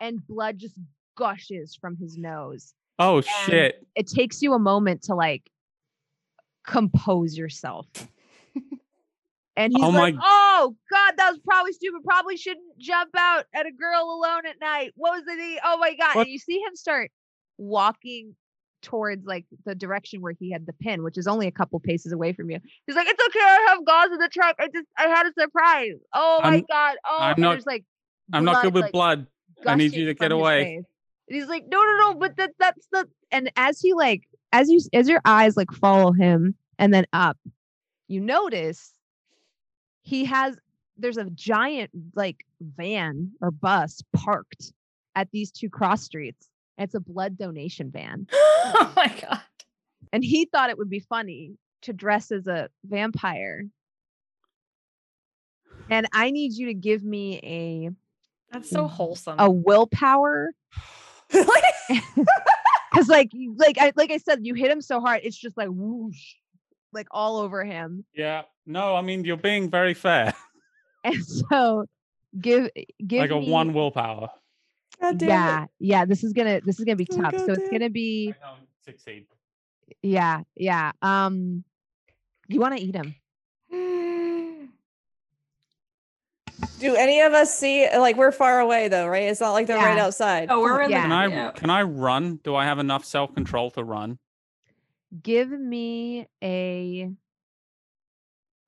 Speaker 2: and blood just gushes from his nose.
Speaker 5: Oh
Speaker 2: and
Speaker 5: shit!
Speaker 2: It takes you a moment to like compose yourself. and he's
Speaker 5: Oh
Speaker 2: like,
Speaker 5: my-
Speaker 2: "Oh God, that was probably stupid. Probably shouldn't jump out at a girl alone at night. What was the? Oh my God!"
Speaker 5: What-
Speaker 2: And you see him start walking towards like the direction where he had the pin, which is only a couple paces away from you. He's like, "It's okay. I have gauze in the truck. I just I had a surprise. Oh my
Speaker 5: I'm-
Speaker 2: God. Oh,
Speaker 5: I'm
Speaker 2: and
Speaker 5: not-
Speaker 2: there's, like
Speaker 5: I'm not good with
Speaker 2: like,
Speaker 5: blood. I need you
Speaker 2: gushing
Speaker 5: to
Speaker 2: from
Speaker 5: get
Speaker 2: his
Speaker 5: away.
Speaker 2: face. And he's like, no, no, no, but that that's the and as he like as you as your eyes like follow him and then up, you notice he has there's a giant like van or bus parked at these two cross streets. and It's a blood donation van.
Speaker 6: oh my god.
Speaker 2: And he thought it would be funny to dress as a vampire. And I need you to give me a
Speaker 6: That's so wholesome.
Speaker 2: a
Speaker 5: Mm-hmm.
Speaker 2: willpower because like you- like I like I said, you hit him so hard, it's just like whoosh, like all over him.
Speaker 5: Yeah. No, I mean you're being very fair.
Speaker 2: And so give give
Speaker 5: like a
Speaker 2: me-
Speaker 5: one willpower.
Speaker 4: God damn
Speaker 2: Yeah, yeah. This is gonna this is gonna be
Speaker 4: Oh,
Speaker 2: tough. so it's
Speaker 4: goddamn.
Speaker 2: gonna be
Speaker 5: I don't succeed.
Speaker 2: yeah yeah. Um, you want to eat him?
Speaker 4: it. Do any of us see like we're far away though, right? It's not like they're right
Speaker 2: Yeah.
Speaker 4: outside.
Speaker 3: Oh, we're in
Speaker 2: yeah.
Speaker 5: Can
Speaker 3: the
Speaker 5: I
Speaker 3: yeah.
Speaker 5: can I run? Do I have enough self control to run?
Speaker 2: Give me a.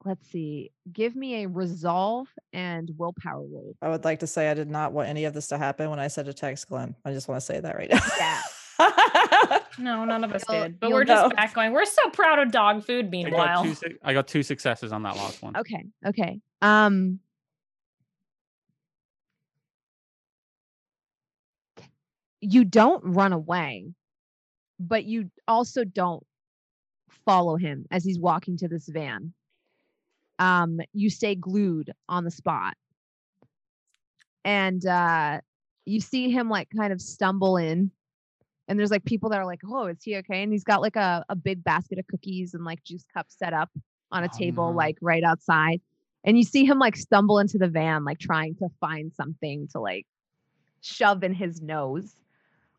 Speaker 2: Let's see. Give me a resolve and willpower roll.
Speaker 4: I would like to say I did not want any of this to happen when I said to text Glenn. I just want to say that right now.
Speaker 2: Yeah.
Speaker 6: no, none of us
Speaker 2: You'll-
Speaker 6: did. But
Speaker 2: you'll
Speaker 6: we're just
Speaker 4: know.
Speaker 6: back going. We're so proud of dog food.
Speaker 5: I got,
Speaker 6: Meanwhile,
Speaker 5: two, suc- I got two successes on that last one.
Speaker 2: Okay. Okay. Um. You don't run away, but you also don't follow him as he's walking to this van. Um, you stay glued on the spot. And uh you see him like kind of stumble in. And there's like people that are like, Oh, is he okay? And he's got like a, a big basket of cookies and like juice cups set up on a
Speaker 5: Oh,
Speaker 2: table,
Speaker 5: no.
Speaker 2: like right outside. And you see him like stumble into the van, like trying to find something to like shove in his nose.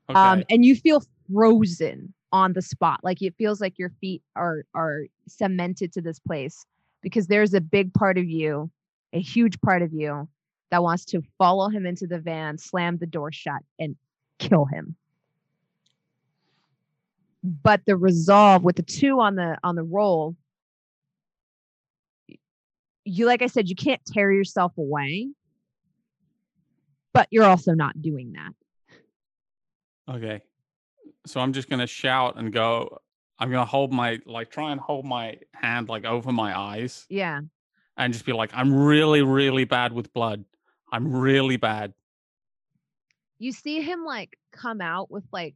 Speaker 5: Okay.
Speaker 2: Um, and you feel frozen on the spot. Like it feels like your feet are are cemented to this place because there's a big part of you, a huge part of you that wants to follow him into the van, slam the door shut, and kill him. but the resolve with the two on the on the roll you like i said you can't tear yourself away but you're also not doing that
Speaker 5: Okay. So I'm just gonna shout and go. I'm gonna hold my like try and hold my hand like over my eyes
Speaker 2: yeah
Speaker 5: and just be like, I'm really, really bad with blood. I'm really bad.
Speaker 2: you see him like come out with like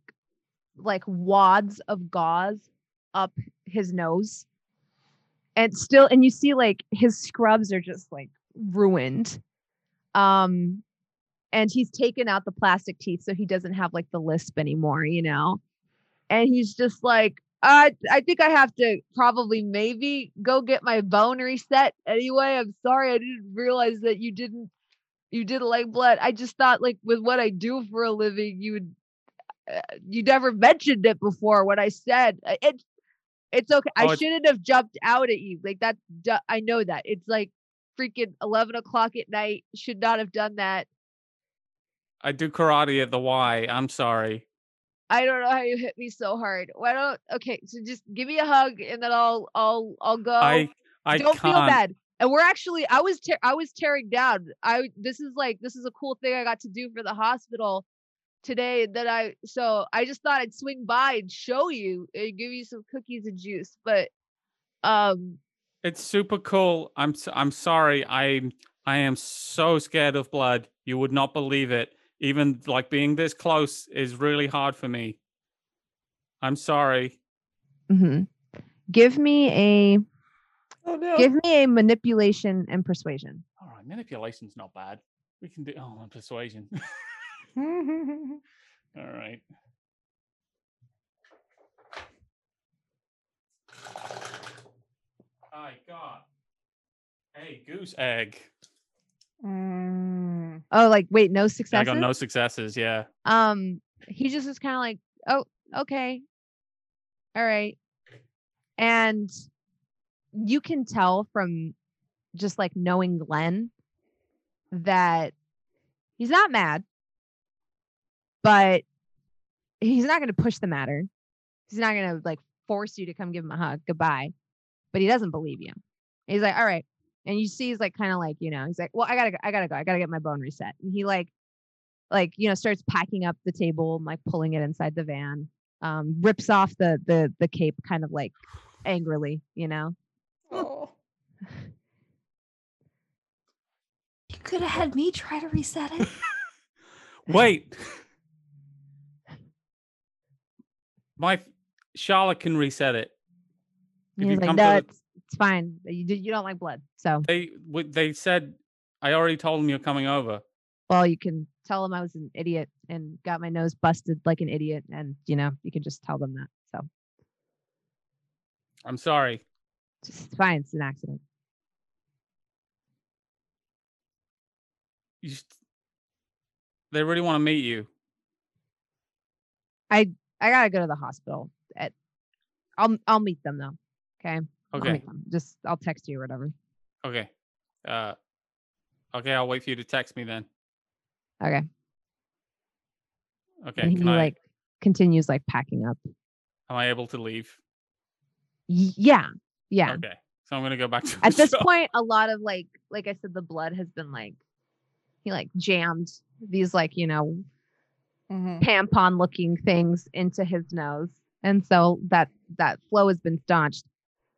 Speaker 2: like wads of gauze up his nose and still and you see like his scrubs are just like ruined um and he's taken out the plastic teeth so he doesn't have like the lisp anymore you know and he's just like i i think i have to probably maybe go get my bone reset anyway i'm sorry i didn't realize that you didn't you didn't like blood. I just thought like with what I do for a living, you would uh, you never mentioned it before when I said uh, it. It's okay.
Speaker 5: Oh,
Speaker 2: I
Speaker 5: it's-
Speaker 2: shouldn't have jumped out at you. Like that's du- I know that it's like freaking eleven o'clock at night. Should not have done that.
Speaker 5: I do karate at the Y. I'm sorry.
Speaker 2: I don't know how you hit me so hard. Why don't? Okay, so just give me a hug and then I'll I'll I'll go.
Speaker 5: I I
Speaker 2: Oh, don't
Speaker 5: can't.
Speaker 2: feel bad. And we're actually, I was, tear I was tearing down. I this is like this is a cool thing I got to do for the hospital today. That I so I just thought I'd swing by and show you and give you some cookies and juice. But um,
Speaker 5: It's super cool. I'm s- I'm sorry. I'm I am so scared of blood. You would not believe it. Even like being this close is really hard for me. I'm sorry.
Speaker 2: Mm-hmm. give me a
Speaker 4: Oh no.
Speaker 2: give me a manipulation and persuasion.
Speaker 5: All right, manipulation's not bad. We can do oh and persuasion. All right. I got a goose egg.
Speaker 4: Mm.
Speaker 2: Oh, like wait, no
Speaker 5: I
Speaker 2: successes.
Speaker 5: got no successes. Yeah.
Speaker 2: um he just is kind of like oh okay all right and you can tell from just like knowing glenn that he's not mad but he's not going to push the matter he's not going to like force you to come give him a hug goodbye but he doesn't believe you he's like all right and you see he's like kind of like you know he's like well i gotta go i gotta go i gotta get my bone reset and he like like you know starts packing up the table and like pulling it inside the van um rips off the the the cape kind of like angrily you know
Speaker 4: Oh.
Speaker 3: You could have had me try to reset it.
Speaker 5: Wait. My f- Charlotte can reset it. If
Speaker 2: And
Speaker 5: you
Speaker 2: he's like
Speaker 5: come to
Speaker 2: no
Speaker 5: the-
Speaker 2: it's, it's fine you, d- you don't like blood so
Speaker 5: They w- they said I already told them you're coming over.
Speaker 2: well you can tell them i was an idiot and got my nose busted like an idiot and you know you can just tell them that so
Speaker 5: I'm sorry.
Speaker 2: it's just fine it's an accident
Speaker 5: You st- they really want to meet you.
Speaker 2: i gotta go to the hospital at, i'll i'll meet them though okay I'll
Speaker 5: Okay.
Speaker 2: meet them. just i'll text you or whatever
Speaker 5: Okay. Uh Okay, I'll wait for you to text me then.
Speaker 2: okay
Speaker 5: Okay.
Speaker 2: and he
Speaker 5: Can I
Speaker 2: like continues like packing up
Speaker 5: am I able to leave?
Speaker 2: Y- yeah yeah
Speaker 5: Okay. So I'm gonna go back to
Speaker 2: at
Speaker 5: the
Speaker 2: this
Speaker 5: shop.
Speaker 2: point a lot of like like i said the blood has been like he like jammed these like you know
Speaker 4: Mhm.
Speaker 2: tampon looking things into his nose and so that that flow has been staunched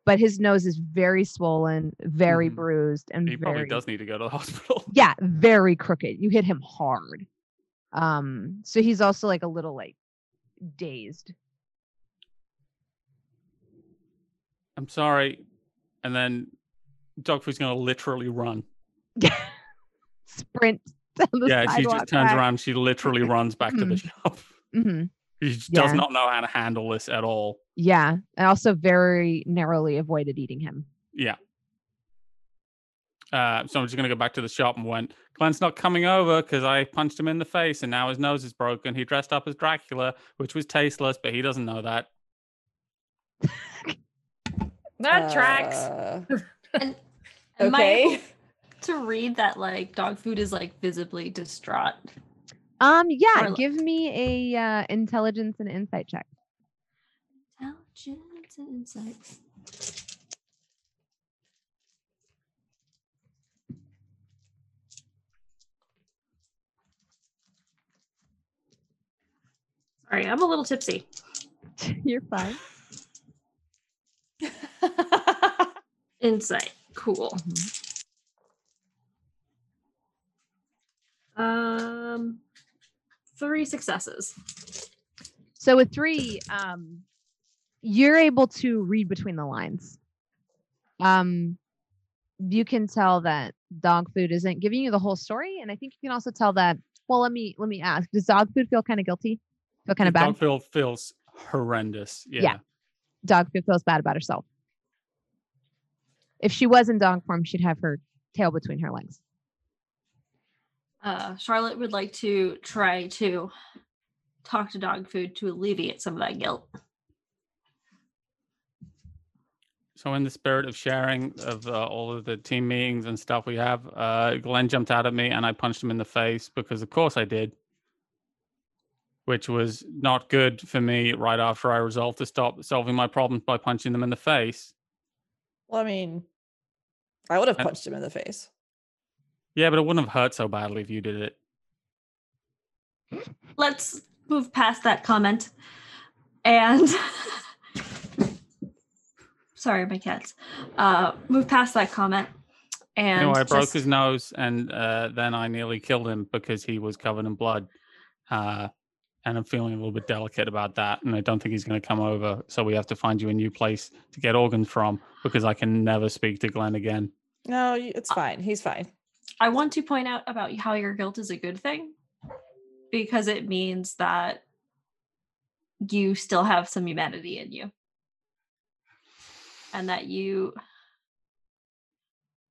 Speaker 2: but his nose is very swollen very
Speaker 5: Mhm.
Speaker 2: bruised and
Speaker 5: He probably
Speaker 2: very
Speaker 5: does need to go to the hospital.
Speaker 2: yeah very crooked you hit him hard um so he's also like a little like dazed
Speaker 5: I'm sorry. And then Dogfood's gonna literally run.
Speaker 2: sprint down the
Speaker 5: yeah, she
Speaker 2: sidewalk
Speaker 5: just turns
Speaker 2: back.
Speaker 5: around. She literally runs back to the shop.
Speaker 2: Mhm.
Speaker 5: She just does
Speaker 2: Yeah.
Speaker 5: not know how to handle this at all.
Speaker 2: Yeah. And also very narrowly avoided eating him.
Speaker 5: Yeah. Uh, so I'm just gonna go back to the shop and went. Glenn's not coming over because I punched him in the face and now his nose is broken. He dressed up as Dracula, which was tasteless, but he doesn't know that.
Speaker 6: That tracks.
Speaker 4: Uh,
Speaker 3: And am I
Speaker 4: Okay.
Speaker 3: able to read that like dog food is like visibly distraught.
Speaker 2: Um yeah,
Speaker 3: Or like-
Speaker 2: give me a uh, intelligence and insight check.
Speaker 3: Shins and insects. Sorry, I'm a little tipsy.
Speaker 2: You're fine.
Speaker 3: Insight. Cool.
Speaker 5: Mm-hmm.
Speaker 3: Um, three successes.
Speaker 2: So with three, um, you're able to read between the lines. Um, you can tell that dog food isn't giving you the whole story, and I think you can also tell that. Well, let me let me ask: Does dog food feel kind of guilty? Feel kind of bad?
Speaker 5: Dog feel feels horrendous. Yeah.
Speaker 2: Yeah. dog food feels bad about herself. If she was in dog form, she'd have her tail between her legs.
Speaker 3: Uh, Charlotte would like to try to talk to dog food to alleviate some of that guilt.
Speaker 5: So, in the spirit of sharing of uh, all of the team meetings and stuff we have, uh, Glenn jumped out at me and I punched him in the face because, of course, I did, which was not good for me right after I resolved to stop solving my problems by punching them in the face.
Speaker 4: Well, I mean, I would have
Speaker 5: And-
Speaker 4: punched him in the face.
Speaker 5: Yeah, but it wouldn't have hurt so badly if you did it.
Speaker 3: Let's move past that comment. And sorry, my cats. Uh, move past that comment. And
Speaker 5: Anyway, I broke
Speaker 3: just-
Speaker 5: his nose, and uh, then I nearly killed him because he was covered in blood. Uh, and I'm feeling a little bit delicate about that, and I don't think he's going to come over. So we have to find you a new place to get organs from because I can never speak to Glenn again.
Speaker 4: No, y- it's fine. He's fine.
Speaker 3: I want to point out about how your guilt is a good thing because it means that you still have some humanity in you and that you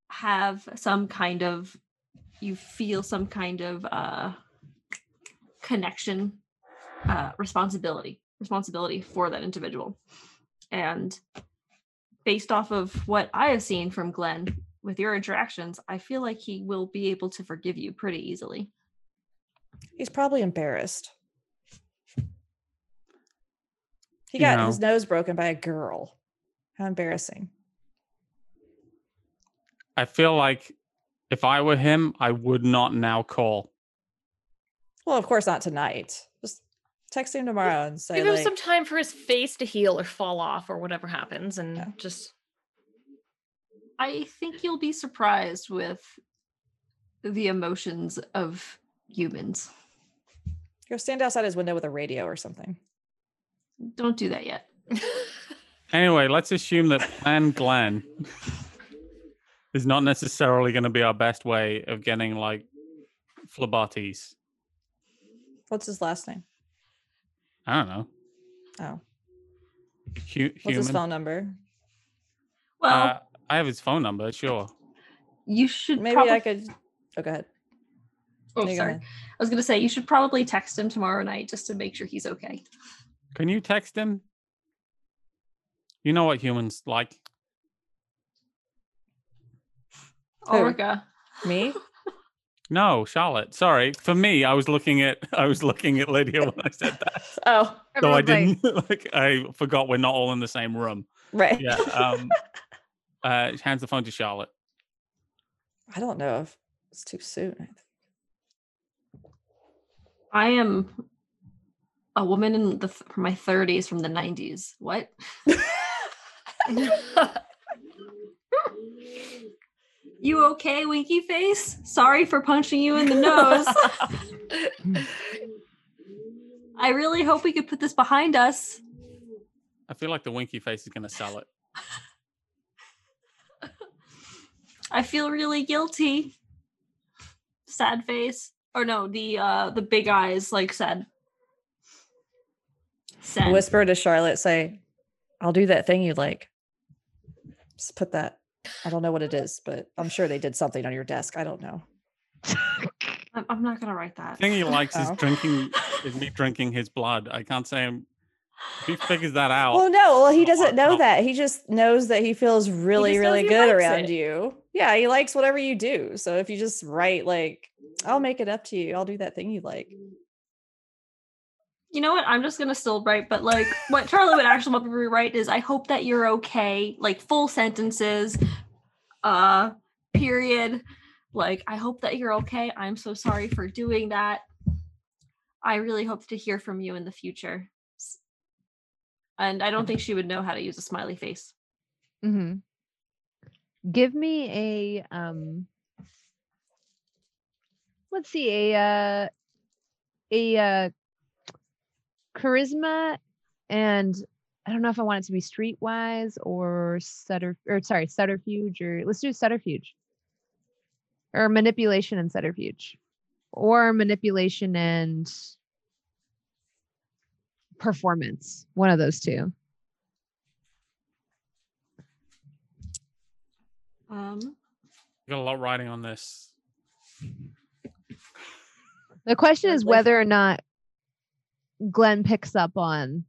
Speaker 3: have some kind of you feel some kind of uh connection uh responsibility responsibility for that individual and based off of what i have seen from glenn with your interactions, I feel like he will be able to forgive you pretty easily.
Speaker 4: He's probably embarrassed. He
Speaker 5: You
Speaker 4: got his nose broken by a girl. How embarrassing.
Speaker 5: I feel like if I were him, I would not now call.
Speaker 4: Well, of course not tonight. Just text him tomorrow and say
Speaker 6: Give him
Speaker 4: like,
Speaker 6: some time for his face to heal or fall off or whatever happens, and
Speaker 4: Yeah.
Speaker 6: just
Speaker 3: I think you'll be surprised with the emotions of humans.
Speaker 4: go stand outside his window with a radio or something.
Speaker 3: Don't do that yet.
Speaker 5: Anyway, let's assume that Plan Glenn is not necessarily going to be our best way of getting like phlebotes.
Speaker 4: What's his last name?
Speaker 5: I don't know.
Speaker 4: Oh.
Speaker 5: Hu-
Speaker 4: What's his
Speaker 5: human.
Speaker 4: phone number?
Speaker 3: Well,
Speaker 5: Uh, I have his phone number, sure.
Speaker 3: you should
Speaker 4: Maybe
Speaker 3: probably,
Speaker 4: I could. Oh, go ahead.
Speaker 3: Oh,
Speaker 4: You go
Speaker 3: sorry.
Speaker 4: ahead.
Speaker 3: I was gonna say you should probably text him tomorrow night just to make sure he's okay.
Speaker 5: Can you text him? You know what humans like.
Speaker 4: Who?
Speaker 3: Orica,
Speaker 4: Me?
Speaker 5: No, Charlotte. Sorry, for me, I was looking at I was looking at Lydia when I said that.
Speaker 4: Oh,
Speaker 5: No, I
Speaker 2: Everyone's like,
Speaker 5: didn't. Like I forgot we're not all in the same room.
Speaker 4: right.
Speaker 5: Yeah. Um, uh, hands the phone to Charlotte.
Speaker 4: I don't know if it's too soon. I think.
Speaker 3: I am a woman in the th- my 30s from the 90s. What? You okay, winky face? Sorry for punching you in the nose. I really hope we could put this behind us.
Speaker 5: I feel like the winky face is gonna sell it.
Speaker 3: I feel really guilty. Sad face. Or no, the uh the big eyes like sad. Sad.
Speaker 4: Whisper to Charlotte, say, I'll do that thing you like. Just put that. I don't know what it is, but I'm sure they did something on your desk. I don't know.
Speaker 3: I'm, I'm not gonna write that.
Speaker 5: thing he likes is
Speaker 4: Oh.
Speaker 5: drinking is me drinking his blood. I can't say him. If he figures that out,
Speaker 4: Well, no, well, he doesn't know
Speaker 5: Oh.
Speaker 4: that. He just knows that he feels really,
Speaker 6: just knows
Speaker 4: really
Speaker 6: he
Speaker 4: good
Speaker 6: likes
Speaker 4: around
Speaker 6: it.
Speaker 4: you. Yeah, he likes whatever you do. So if you just write like, I'll make it up to you, I'll do that thing you like.
Speaker 3: you know what? I'm just gonna still write, but like what Charlie would actually want me to rewrite is I hope that you're okay, like full sentences, uh, period. Like, I hope that you're okay. I'm so sorry for doing that. I really hope to hear from you in the future. S- And I don't think she would know how to use a smiley face.
Speaker 2: hmm Give me a um let's see, a uh a uh charisma and I don't know if I want it to be streetwise or sutter or sorry, subterfuge or let's do subterfuge. Or manipulation and subterfuge. Or manipulation and performance. One of those two.
Speaker 3: Um,
Speaker 5: got a lot riding on this.
Speaker 2: The question
Speaker 6: Or
Speaker 2: is
Speaker 6: like-
Speaker 2: whether or not Glenn picks up on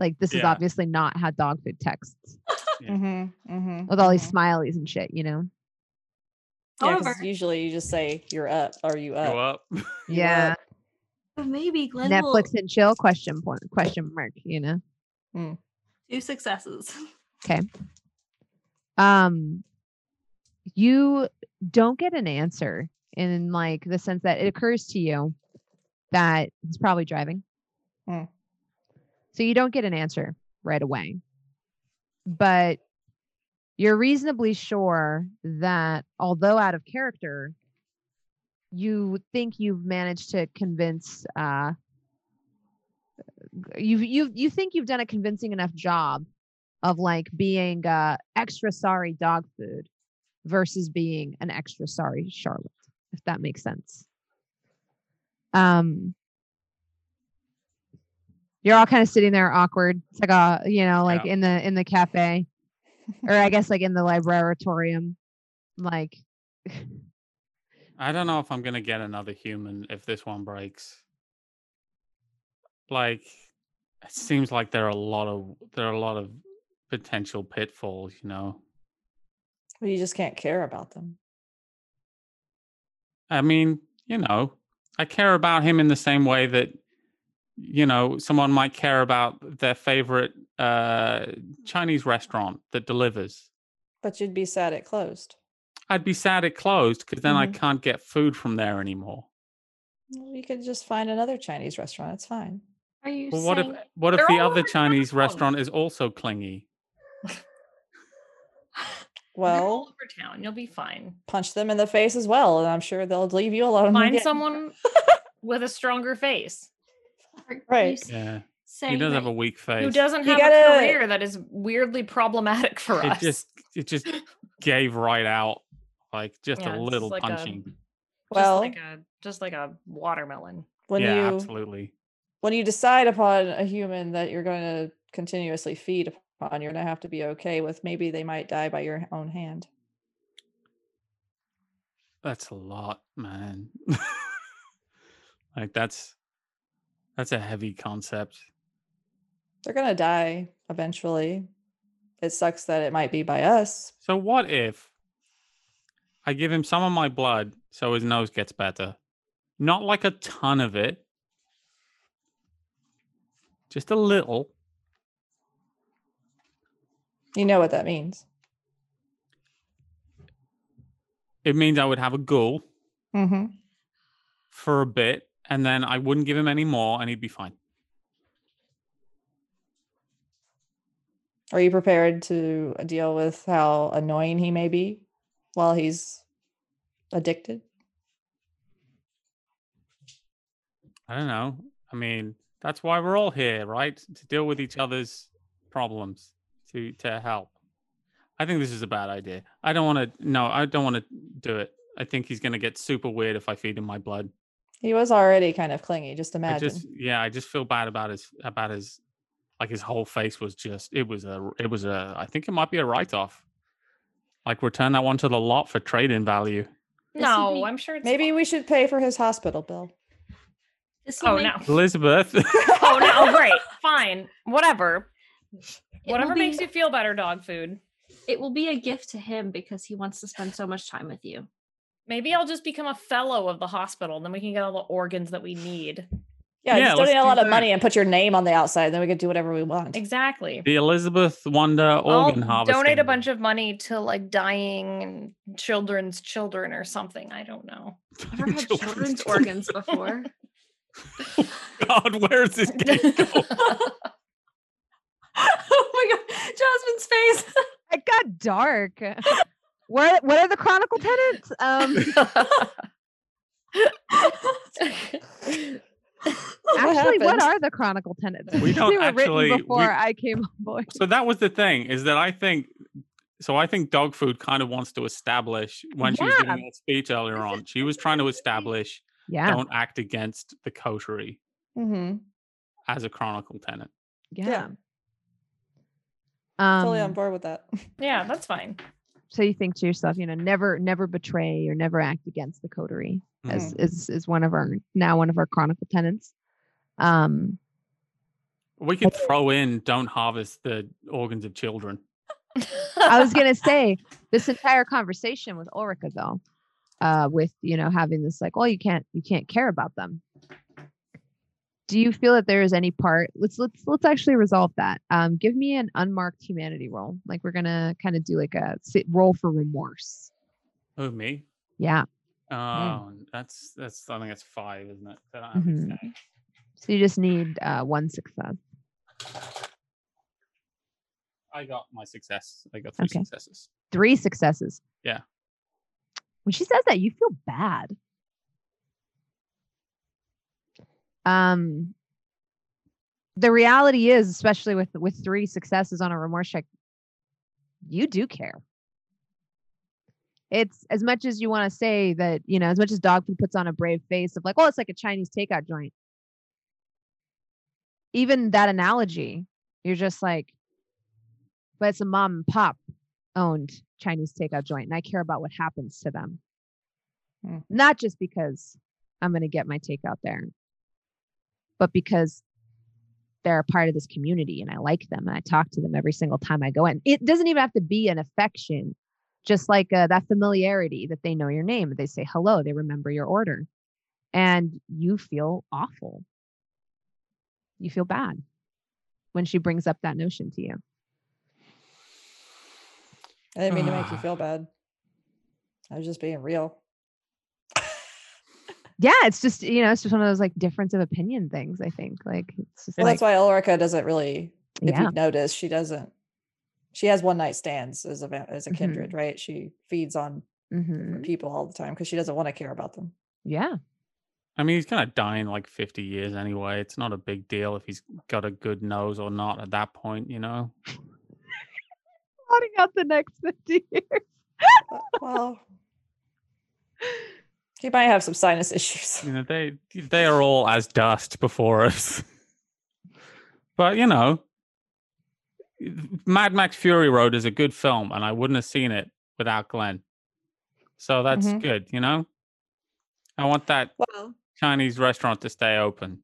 Speaker 2: like this is
Speaker 5: Yeah.
Speaker 2: obviously not how dog food texts
Speaker 5: Yeah.
Speaker 4: Mm-hmm, mm-hmm,
Speaker 2: with all these smileys and shit, you know?
Speaker 3: however,
Speaker 4: usually you just say you're up. Are you
Speaker 5: Go
Speaker 4: up?
Speaker 5: up.
Speaker 4: You Yeah.
Speaker 3: maybe Glenn will
Speaker 2: Netflix and chill question point question mark, you know.
Speaker 3: do successes.
Speaker 2: Um you don't get an answer in like the sense that it occurs to you that he's probably driving.
Speaker 4: Hmm.
Speaker 2: So you don't get an answer right away. But you're reasonably sure that although out of character, you think you've managed to convince uh you you you think you've done a convincing enough job of like being uh extra sorry dog food versus being an extra sorry Charlotte, if that makes sense. Um you're all kind of sitting there awkward. It's like a you know, like
Speaker 5: Yeah.
Speaker 2: in the in the cafe. or I guess like in the libraritorium. Like
Speaker 5: I don't know if I'm gonna get another human if this one breaks. Like, it seems like there are a lot of there are a lot of potential pitfalls. You know,
Speaker 4: Well, you just can't care about them.
Speaker 5: I mean, you know, I care about him in the same way that you know someone might care about their favorite uh Chinese restaurant that delivers.
Speaker 4: But you'd be sad it closed.
Speaker 5: I'd be sad it closed because then
Speaker 4: Mhm.
Speaker 5: I can't get food from there anymore.
Speaker 4: Well, you could just find another Chinese restaurant. It's fine.
Speaker 3: Are you
Speaker 5: Well, what if
Speaker 3: saying
Speaker 5: what if
Speaker 6: They're
Speaker 5: the
Speaker 6: all
Speaker 5: other
Speaker 6: over
Speaker 5: Chinese
Speaker 6: town.
Speaker 5: restaurant is also clingy?
Speaker 6: They're all
Speaker 4: Well,
Speaker 6: over town. You'll be fine.
Speaker 4: punch them in the face as well, and I'm sure they'll leave you alone.
Speaker 6: Find
Speaker 4: again.
Speaker 6: someone with a stronger face
Speaker 3: are you
Speaker 4: Right.
Speaker 3: s-
Speaker 5: Yeah,
Speaker 3: saying
Speaker 5: he does have
Speaker 3: that-
Speaker 5: a weak face.
Speaker 6: who doesn't
Speaker 4: You
Speaker 6: have a
Speaker 4: gotta-
Speaker 6: career that is weirdly problematic for
Speaker 5: it
Speaker 6: us.
Speaker 5: just it just gave right out like just
Speaker 6: Yeah,
Speaker 5: a
Speaker 6: it's
Speaker 5: little
Speaker 6: like a-
Speaker 5: punching
Speaker 4: Well,
Speaker 6: just like a just like a watermelon.
Speaker 4: when
Speaker 5: yeah
Speaker 4: you
Speaker 5: absolutely
Speaker 4: when you decide upon a human that you're going to continuously feed upon, you're going to have to be okay with maybe they might die by your own hand.
Speaker 5: that's a lot man like that's that's a heavy concept
Speaker 4: They're going to die eventually. It sucks that it might be by us.
Speaker 5: so what if i give him some of my blood so his nose gets better not like a ton of it just a little
Speaker 4: You know what that means.
Speaker 5: it means i would have a ghoul
Speaker 4: Mm-hmm.
Speaker 5: for a bit and then i wouldn't give him any more and he'd be fine
Speaker 4: Are you prepared to deal with how annoying he may be while he's addicted?
Speaker 5: I don't know. I mean, that's why we're all here, right? To deal with each other's problems, to to help. I think this is a bad idea. I don't want to. No, I don't want to do it. I think he's gonna get super weird if I feed him my blood.
Speaker 4: He was already kind of clingy, just
Speaker 5: I
Speaker 4: imagine.
Speaker 5: just, yeah, I just feel bad about his about his like his whole face was just. It was a. It was a. I think it might be a write off. Like return that one to the lot for trade in value.
Speaker 3: This would
Speaker 6: no,
Speaker 3: be-
Speaker 6: I'm sure it's
Speaker 4: Maybe we should pay for his hospital bill.
Speaker 3: Does he
Speaker 6: Oh
Speaker 3: make-
Speaker 6: no.
Speaker 5: Elizabeth,
Speaker 6: Oh no, great. Fine. Whatever.
Speaker 3: it will
Speaker 6: Whatever makes
Speaker 3: be-
Speaker 6: you feel better, dog food.
Speaker 3: it will be a gift to him because he wants to spend so much time with you.
Speaker 6: Maybe I'll just become a fellow of the hospital and then we can get all the organs that we need.
Speaker 4: Yeah,
Speaker 5: Yeah,
Speaker 4: just donate
Speaker 5: let's
Speaker 4: a
Speaker 5: do
Speaker 4: lot of
Speaker 5: that.
Speaker 4: money and put your name on the outside, then we can do whatever we want.
Speaker 6: Exactly.
Speaker 5: The Elizabeth Wonder
Speaker 6: I'll
Speaker 5: organ harvest.
Speaker 6: donate a bunch of money to like dying and children's children or something. I don't know.
Speaker 3: Ever had children's organs before?
Speaker 5: God, where is this day going?
Speaker 3: oh my god, Jasmine's face.
Speaker 2: It got dark. what what are the chronicle tenants? Um actually what
Speaker 4: happened?
Speaker 2: are the chronicle tenants?
Speaker 5: We don't
Speaker 2: they were
Speaker 5: actually- we-
Speaker 2: written before I came on board.
Speaker 5: So that was the thing is that I think so I think dog food kind of wants to establish when she was
Speaker 2: Yeah.
Speaker 5: giving that speech earlier on. She was trying to establish
Speaker 2: Yeah.
Speaker 5: don't act against the coterie
Speaker 4: Mm-hmm.
Speaker 5: as a chronicle tenant.
Speaker 2: Yeah.
Speaker 4: totally on
Speaker 2: Um,
Speaker 4: board with that.
Speaker 6: yeah, that's fine.
Speaker 2: so you think to yourself, you know, never never betray or never act against the coterie.
Speaker 5: Hmm.
Speaker 2: as is is one of our now one of our chronicle tenants. Um,
Speaker 5: We could throw in don't harvest the organs of children.
Speaker 2: I was gonna say this entire conversation with Ulrika though, uh, with you know having this like, well, you can't you can't care about them. Do you feel that there is any part? Let's let's let's actually resolve that. Um, give me an unmarked humanity roll. Like we're gonna kind of do like a sit, roll for remorse.
Speaker 5: Oh me.
Speaker 2: Yeah.
Speaker 6: Mm.
Speaker 5: Oh, that's that's I think that's five, isn't it? That
Speaker 6: Mm-hmm.
Speaker 5: I
Speaker 2: Mhm. So you just need uh, one success.
Speaker 5: I got my success. I got three
Speaker 2: Okay.
Speaker 5: successes.
Speaker 2: three successes.
Speaker 5: Yeah.
Speaker 2: When she says that, you feel bad. Um the reality is, especially with with three successes on a remorse check, you do care. It's as much as you want to say that, you know, as much as dog food puts on a brave face of like, oh, it's like a Chinese takeout joint. Even that analogy, you're just like, but it's a mom and pop owned Chinese takeout joint, and I care about what happens to them.
Speaker 4: Mm.
Speaker 2: Not just because I'm going to get my takeout there, but because they're a part of this community and I like them and I talk to them every single time I go in. It doesn't even have to be an affection, just like uh, that familiarity that they know your name, they say hello, they remember your order, and you feel awful. You feel bad when she brings up that notion to you.
Speaker 4: I didn't mean to
Speaker 5: uh.
Speaker 4: make you feel bad. I was just being real.
Speaker 2: yeah, it's just you know, it's just one of those like difference of opinion things. I think like it's just
Speaker 4: Well,
Speaker 2: like
Speaker 4: that's why Ulrika doesn't really. If
Speaker 2: yeah,
Speaker 4: you notice, she doesn't. She has one night stands as a va- as a
Speaker 2: Mhm.
Speaker 4: kindred, right? She feeds on
Speaker 2: hmm
Speaker 4: people all the time because she doesn't want to care about them.
Speaker 2: yeah,
Speaker 5: I mean, he's gonna die in like fifty years anyway. It's not a big deal if he's got a good nose or not at that point, you know.
Speaker 2: plotting out the next fifty years.
Speaker 4: Uh, well, he might have some sinus issues.
Speaker 5: You know, they they are all as dust before us. but you know, Mad Max Fury Road is a good film, and I wouldn't have seen it without Glenn. So that's
Speaker 4: Mhm.
Speaker 5: good, you know. I want that
Speaker 4: Well,
Speaker 5: Chinese restaurant to stay open.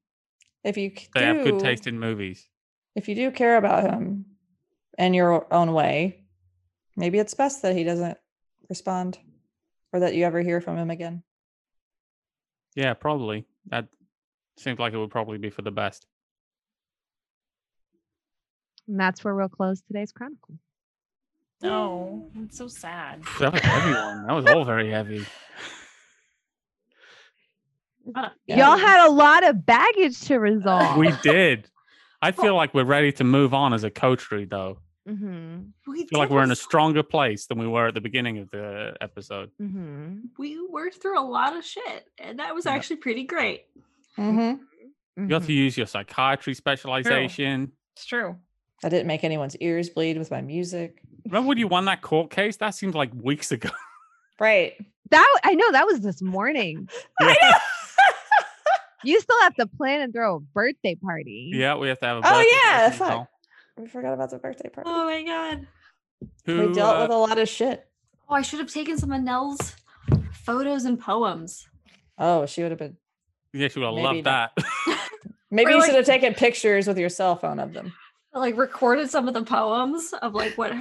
Speaker 4: if you c-
Speaker 5: They have good
Speaker 4: do-
Speaker 5: taste in movies.
Speaker 4: if you do care about him in your own way, maybe it's best that he doesn't respond or that you ever hear from him again.
Speaker 5: Yeah, probably. That seems like it would probably be for the best.
Speaker 2: And that's where we'll close today's chronicle.
Speaker 6: No, it's so sad.
Speaker 5: That was a heavy one. That was all very heavy.
Speaker 4: Yeah.
Speaker 2: Y'all had a lot of baggage to resolve.
Speaker 5: We did. I feel like we're ready to move on as a coterie, though.
Speaker 2: mm-hmm.
Speaker 3: We
Speaker 5: I feel like
Speaker 3: did
Speaker 5: we're in a
Speaker 3: this.
Speaker 5: stronger place than we were at the beginning of the episode.
Speaker 2: Mm-hmm.
Speaker 3: We worked through a lot of shit, and that was
Speaker 5: Yeah.
Speaker 3: actually pretty great.
Speaker 4: Mm-hmm.
Speaker 5: You got to use your psychiatry specialization.
Speaker 6: It's true.
Speaker 4: I didn't make anyone's ears bleed with my music.
Speaker 5: Remember when you won that court case? That seemed like weeks ago.
Speaker 4: Mm-hmm. Right.
Speaker 2: That I know that was this morning. You still have to plan and throw a birthday party.
Speaker 5: yeah, we have to have a
Speaker 4: Oh,
Speaker 5: birthday
Speaker 4: yeah,
Speaker 5: party as
Speaker 4: fuck.
Speaker 5: well.
Speaker 4: We forgot about the birthday party.
Speaker 3: Oh my god.
Speaker 5: Who,
Speaker 4: we dealt
Speaker 5: uh,
Speaker 4: with a lot of shit.
Speaker 3: Oh, I should have taken some of Nell's photos and poems.
Speaker 4: Oh, she would have been.
Speaker 5: yeah, she would have
Speaker 4: Maybe
Speaker 5: loved that.
Speaker 4: not. Maybe you
Speaker 3: like-
Speaker 4: should have taken pictures with your cell phone of them.
Speaker 3: I, like recorded some of the poems of like what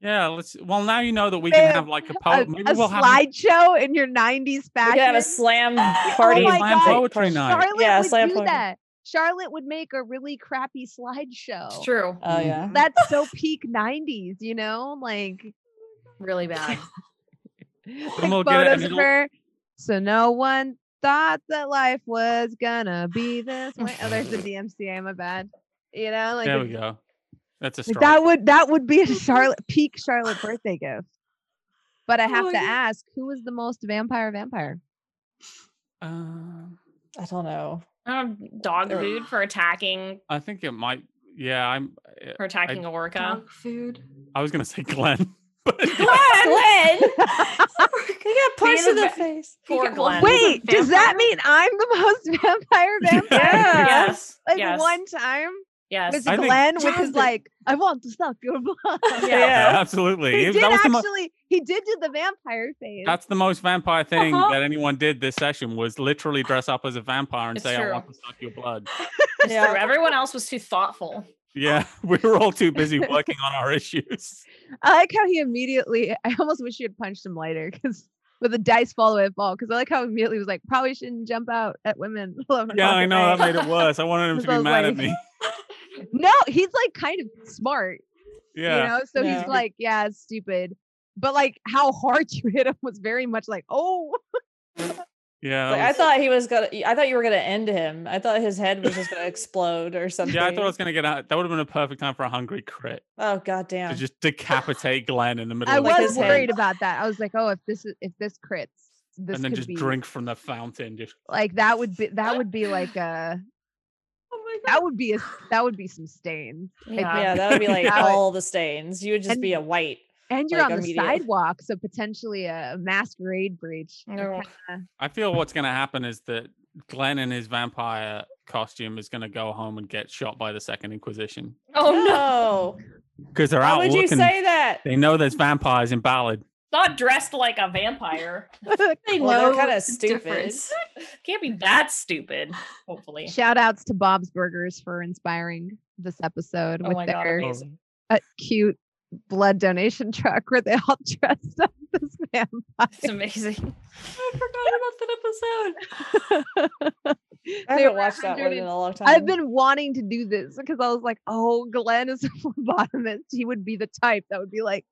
Speaker 5: Yeah, let's. Well, now you know that we
Speaker 2: Bam.
Speaker 5: can have like a
Speaker 2: a,
Speaker 5: poet. Maybe
Speaker 2: a
Speaker 5: we'll have
Speaker 2: slideshow in your 90s
Speaker 4: We
Speaker 2: fashion.
Speaker 4: could have a slam
Speaker 2: Oh
Speaker 4: party.
Speaker 2: my
Speaker 5: slam
Speaker 2: God.
Speaker 5: poetry night.
Speaker 2: Charlotte
Speaker 4: Yeah,
Speaker 2: would
Speaker 4: slam
Speaker 2: do
Speaker 4: poetry.
Speaker 2: that. Charlotte would make a really crappy slideshow.
Speaker 6: It's true.
Speaker 4: Oh yeah.
Speaker 2: That's so peak 90s, you know? Like,
Speaker 6: Really bad.
Speaker 2: like
Speaker 5: we'll get it,
Speaker 2: photos of
Speaker 5: and it'll-
Speaker 2: her. So no one thought that life was gonna be this way. Oh, there's the DMCA, my bad. You know, like,
Speaker 5: there we
Speaker 2: it's-
Speaker 5: go. That's a
Speaker 2: like
Speaker 5: strike.
Speaker 2: that would that would be a Charlotte peak Charlotte birthday gift. But I
Speaker 3: Oh
Speaker 2: have
Speaker 3: my
Speaker 2: to
Speaker 3: God.
Speaker 2: ask, who was the most vampire vampire?
Speaker 5: Um,
Speaker 4: I don't know.
Speaker 6: Um, dog
Speaker 4: There-
Speaker 6: food for attacking
Speaker 5: I think it might. Yeah, I'm. uh,
Speaker 6: for attacking a orca.
Speaker 3: Dog food.
Speaker 5: I was gonna say Glenn, but
Speaker 4: Glenn,
Speaker 3: Oh
Speaker 4: you got punched
Speaker 6: Being
Speaker 4: in
Speaker 6: a
Speaker 4: the
Speaker 6: va-
Speaker 4: face.
Speaker 6: Poor
Speaker 3: Yeah, well,
Speaker 6: Glenn.
Speaker 3: Wait,
Speaker 2: Wait, does that
Speaker 3: vampire?
Speaker 2: mean I'm the most vampire vampire?
Speaker 4: Yeah.
Speaker 6: Yes.
Speaker 2: Like
Speaker 6: yes.
Speaker 2: one time
Speaker 6: Yes.
Speaker 2: was
Speaker 5: I think-
Speaker 2: Glenn with his
Speaker 4: Jonathan.
Speaker 2: like, I want to suck your blood.
Speaker 6: Yeah.
Speaker 5: absolutely.
Speaker 2: He
Speaker 5: It-
Speaker 2: did
Speaker 5: that was the mo-
Speaker 2: actually he did do the vampire phase.
Speaker 5: that's the most vampire thing
Speaker 3: Uh-huh.
Speaker 5: that anyone did this session was literally dress up as a vampire and
Speaker 6: It's
Speaker 5: say,
Speaker 6: true.
Speaker 5: "I want to suck your blood."
Speaker 6: It's true. Everyone else was too thoughtful.
Speaker 5: Yeah, we were all too busy working on our issues.
Speaker 2: I like how he immediately. I almost wish you had punched him lighter because with the dice fall the way it fall. Because I like how immediately he was like, probably shouldn't jump out at women. 11
Speaker 5: Yeah,
Speaker 2: o'clock
Speaker 5: I
Speaker 2: at
Speaker 5: know that
Speaker 2: night."
Speaker 5: made it worse. I wanted him
Speaker 2: I
Speaker 5: to be
Speaker 2: was
Speaker 5: mad
Speaker 2: like-
Speaker 5: at me.
Speaker 2: No, he's like kind of smart,
Speaker 5: Yeah,
Speaker 2: you know. So
Speaker 4: Yeah.
Speaker 2: he's like, yeah, it's stupid. But like how hard you hit him was very much like, oh,
Speaker 5: yeah. that
Speaker 4: Like, I
Speaker 5: was-
Speaker 4: thought he was gonna. I thought you were gonna end him. I thought his head was just gonna explode or something.
Speaker 5: yeah, I thought I was gonna get out. That would have been a perfect time for a hungry crit
Speaker 4: Oh goddamn!
Speaker 5: to just decapitate Glenn in the middle.
Speaker 2: I
Speaker 5: of the
Speaker 4: like
Speaker 2: was
Speaker 4: his head.
Speaker 2: worried about that. I was like, oh, if this is if this crits, this
Speaker 5: and then
Speaker 2: could
Speaker 5: just
Speaker 2: be
Speaker 5: drink from the fountain. Just
Speaker 2: like that would be that would be like a
Speaker 3: Oh my god.
Speaker 2: that would be a that would be some stain.
Speaker 4: yeah, that would be like
Speaker 2: Now it-
Speaker 4: all the stains. You would just be a white.
Speaker 2: And you're
Speaker 4: like,
Speaker 2: on the
Speaker 4: immediate.
Speaker 2: sidewalk, so potentially a masquerade breach. You're
Speaker 6: No.
Speaker 2: kinda-
Speaker 5: I feel what's going to happen is that Glenn in his vampire costume is going to go home and get shot by the Second Inquisition
Speaker 6: Oh no.
Speaker 5: because they're
Speaker 4: Why
Speaker 5: out
Speaker 4: would
Speaker 5: looking.
Speaker 4: you say that?
Speaker 5: they know there's vampires in Ballad.
Speaker 6: Not dressed like a vampire.
Speaker 3: They
Speaker 4: Well, they're
Speaker 3: know
Speaker 4: kind
Speaker 3: the
Speaker 4: of stupid.
Speaker 3: difference.
Speaker 6: Can't be that stupid. Hopefully.
Speaker 2: Shout outs to Bob's Burgers for inspiring this episode
Speaker 6: Oh
Speaker 2: with
Speaker 6: my God,
Speaker 2: their
Speaker 6: amazing.
Speaker 5: Oh,
Speaker 2: uh, cute blood donation truck where they all dressed up as
Speaker 6: It's amazing.
Speaker 3: I forgot about that episode.
Speaker 2: vampires.
Speaker 4: I
Speaker 2: They
Speaker 4: haven't
Speaker 2: were
Speaker 4: watched that one
Speaker 2: 100
Speaker 4: in
Speaker 2: and-
Speaker 4: a long time.
Speaker 2: I've been wanting to do this because I was like, oh, Glenn is a phlebotomist. He would be the type that would be like,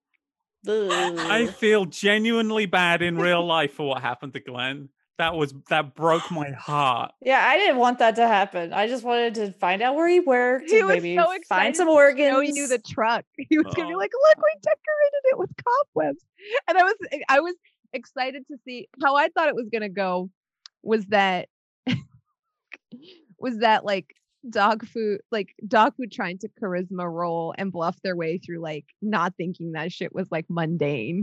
Speaker 5: I
Speaker 4: Ugh.
Speaker 5: feel genuinely bad in real life for what happened to Glenn. That was that broke my heart.
Speaker 4: Yeah, I didn't want that to happen. I just wanted to find out where he worked.
Speaker 2: He
Speaker 4: and
Speaker 2: was
Speaker 4: maybe
Speaker 2: so
Speaker 4: find
Speaker 2: excited
Speaker 4: some
Speaker 2: you
Speaker 4: organs.
Speaker 2: know, he knew the truck. He was gonna be
Speaker 5: Oh.
Speaker 2: like, look, we decorated it with cobwebs. And I was eh, I was excited to see how I thought it was gonna go was that was that like dog food like dog food trying to charisma roll and bluff their way through like not thinking that shit was like mundane.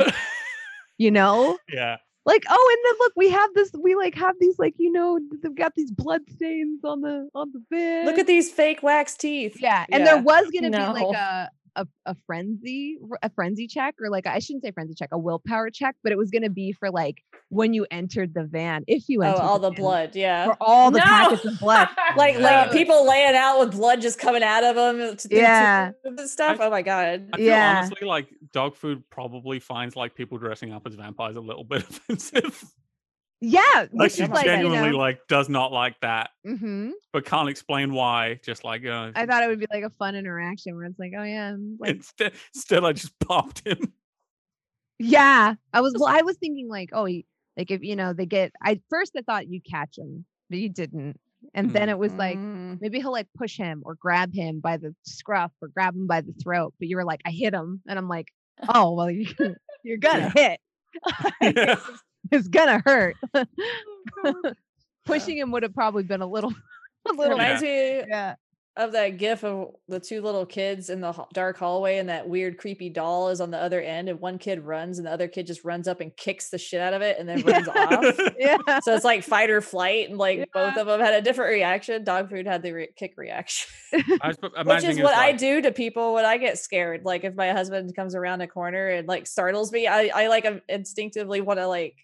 Speaker 2: you know?
Speaker 5: Yeah,
Speaker 2: Like, oh, and then look, we have this, we like have these, like, you know, they've got these blood stains on the on the bed.
Speaker 4: Look at these fake wax teeth.
Speaker 2: Yeah, and there
Speaker 4: Yeah.
Speaker 2: was gonna be
Speaker 6: No.
Speaker 2: like a, a a frenzy r- a frenzy check or like I shouldn't say frenzy check a willpower check, but it was gonna be for like when you entered the van if you
Speaker 4: Oh,
Speaker 2: entered
Speaker 4: all the
Speaker 2: van,
Speaker 4: blood. Yeah.
Speaker 2: for all the
Speaker 6: No!
Speaker 2: packets of blood.
Speaker 4: like
Speaker 5: Yeah.
Speaker 4: like people laying out with blood just coming out of them
Speaker 2: Yeah.
Speaker 4: and stuff oh my god
Speaker 5: I feel
Speaker 2: Yeah.
Speaker 5: honestly like dog food probably finds like people dressing up as vampires a little bit offensive.
Speaker 2: Yeah,
Speaker 5: like
Speaker 2: which
Speaker 5: she
Speaker 2: is like you
Speaker 5: genuinely
Speaker 2: know,
Speaker 5: like does not like that,
Speaker 2: mhm.
Speaker 5: but can't explain why. Just like uh,
Speaker 2: I thought it would be like a fun interaction where it's like, oh yeah, I'm like
Speaker 5: instead, instead, I just popped him.
Speaker 2: yeah. I was well, I was thinking like, oh, he- like if you know they get. I first I thought you'd catch him, but you didn't, and then
Speaker 5: Mm.
Speaker 2: it was like. Maybe he'll like push him or grab him by the scruff or grab him by the throat. But you were like, I hit him. And I'm like, oh, well, you- you're going to hit.
Speaker 5: Yeah.
Speaker 2: It's going to hurt. Pushing him would have probably been a little, a little.
Speaker 4: reminds me
Speaker 2: Yeah.
Speaker 4: of that gif of the two little kids in the ho- dark hallway and that weird creepy doll is on the other end and one kid runs and the other kid just runs up and kicks the shit out of it and then runs off
Speaker 2: Yeah.
Speaker 4: so it's like fight or flight and like both
Speaker 2: Yeah.
Speaker 4: of them had a different reaction dog food had the re- kick reaction
Speaker 5: I was bu-
Speaker 4: which
Speaker 5: imagining
Speaker 4: is
Speaker 5: it
Speaker 4: what
Speaker 5: was
Speaker 4: I
Speaker 5: like-
Speaker 4: do to people when I get scared. Like if my husband comes around a corner and like startles me, I, I like um, instinctively want to like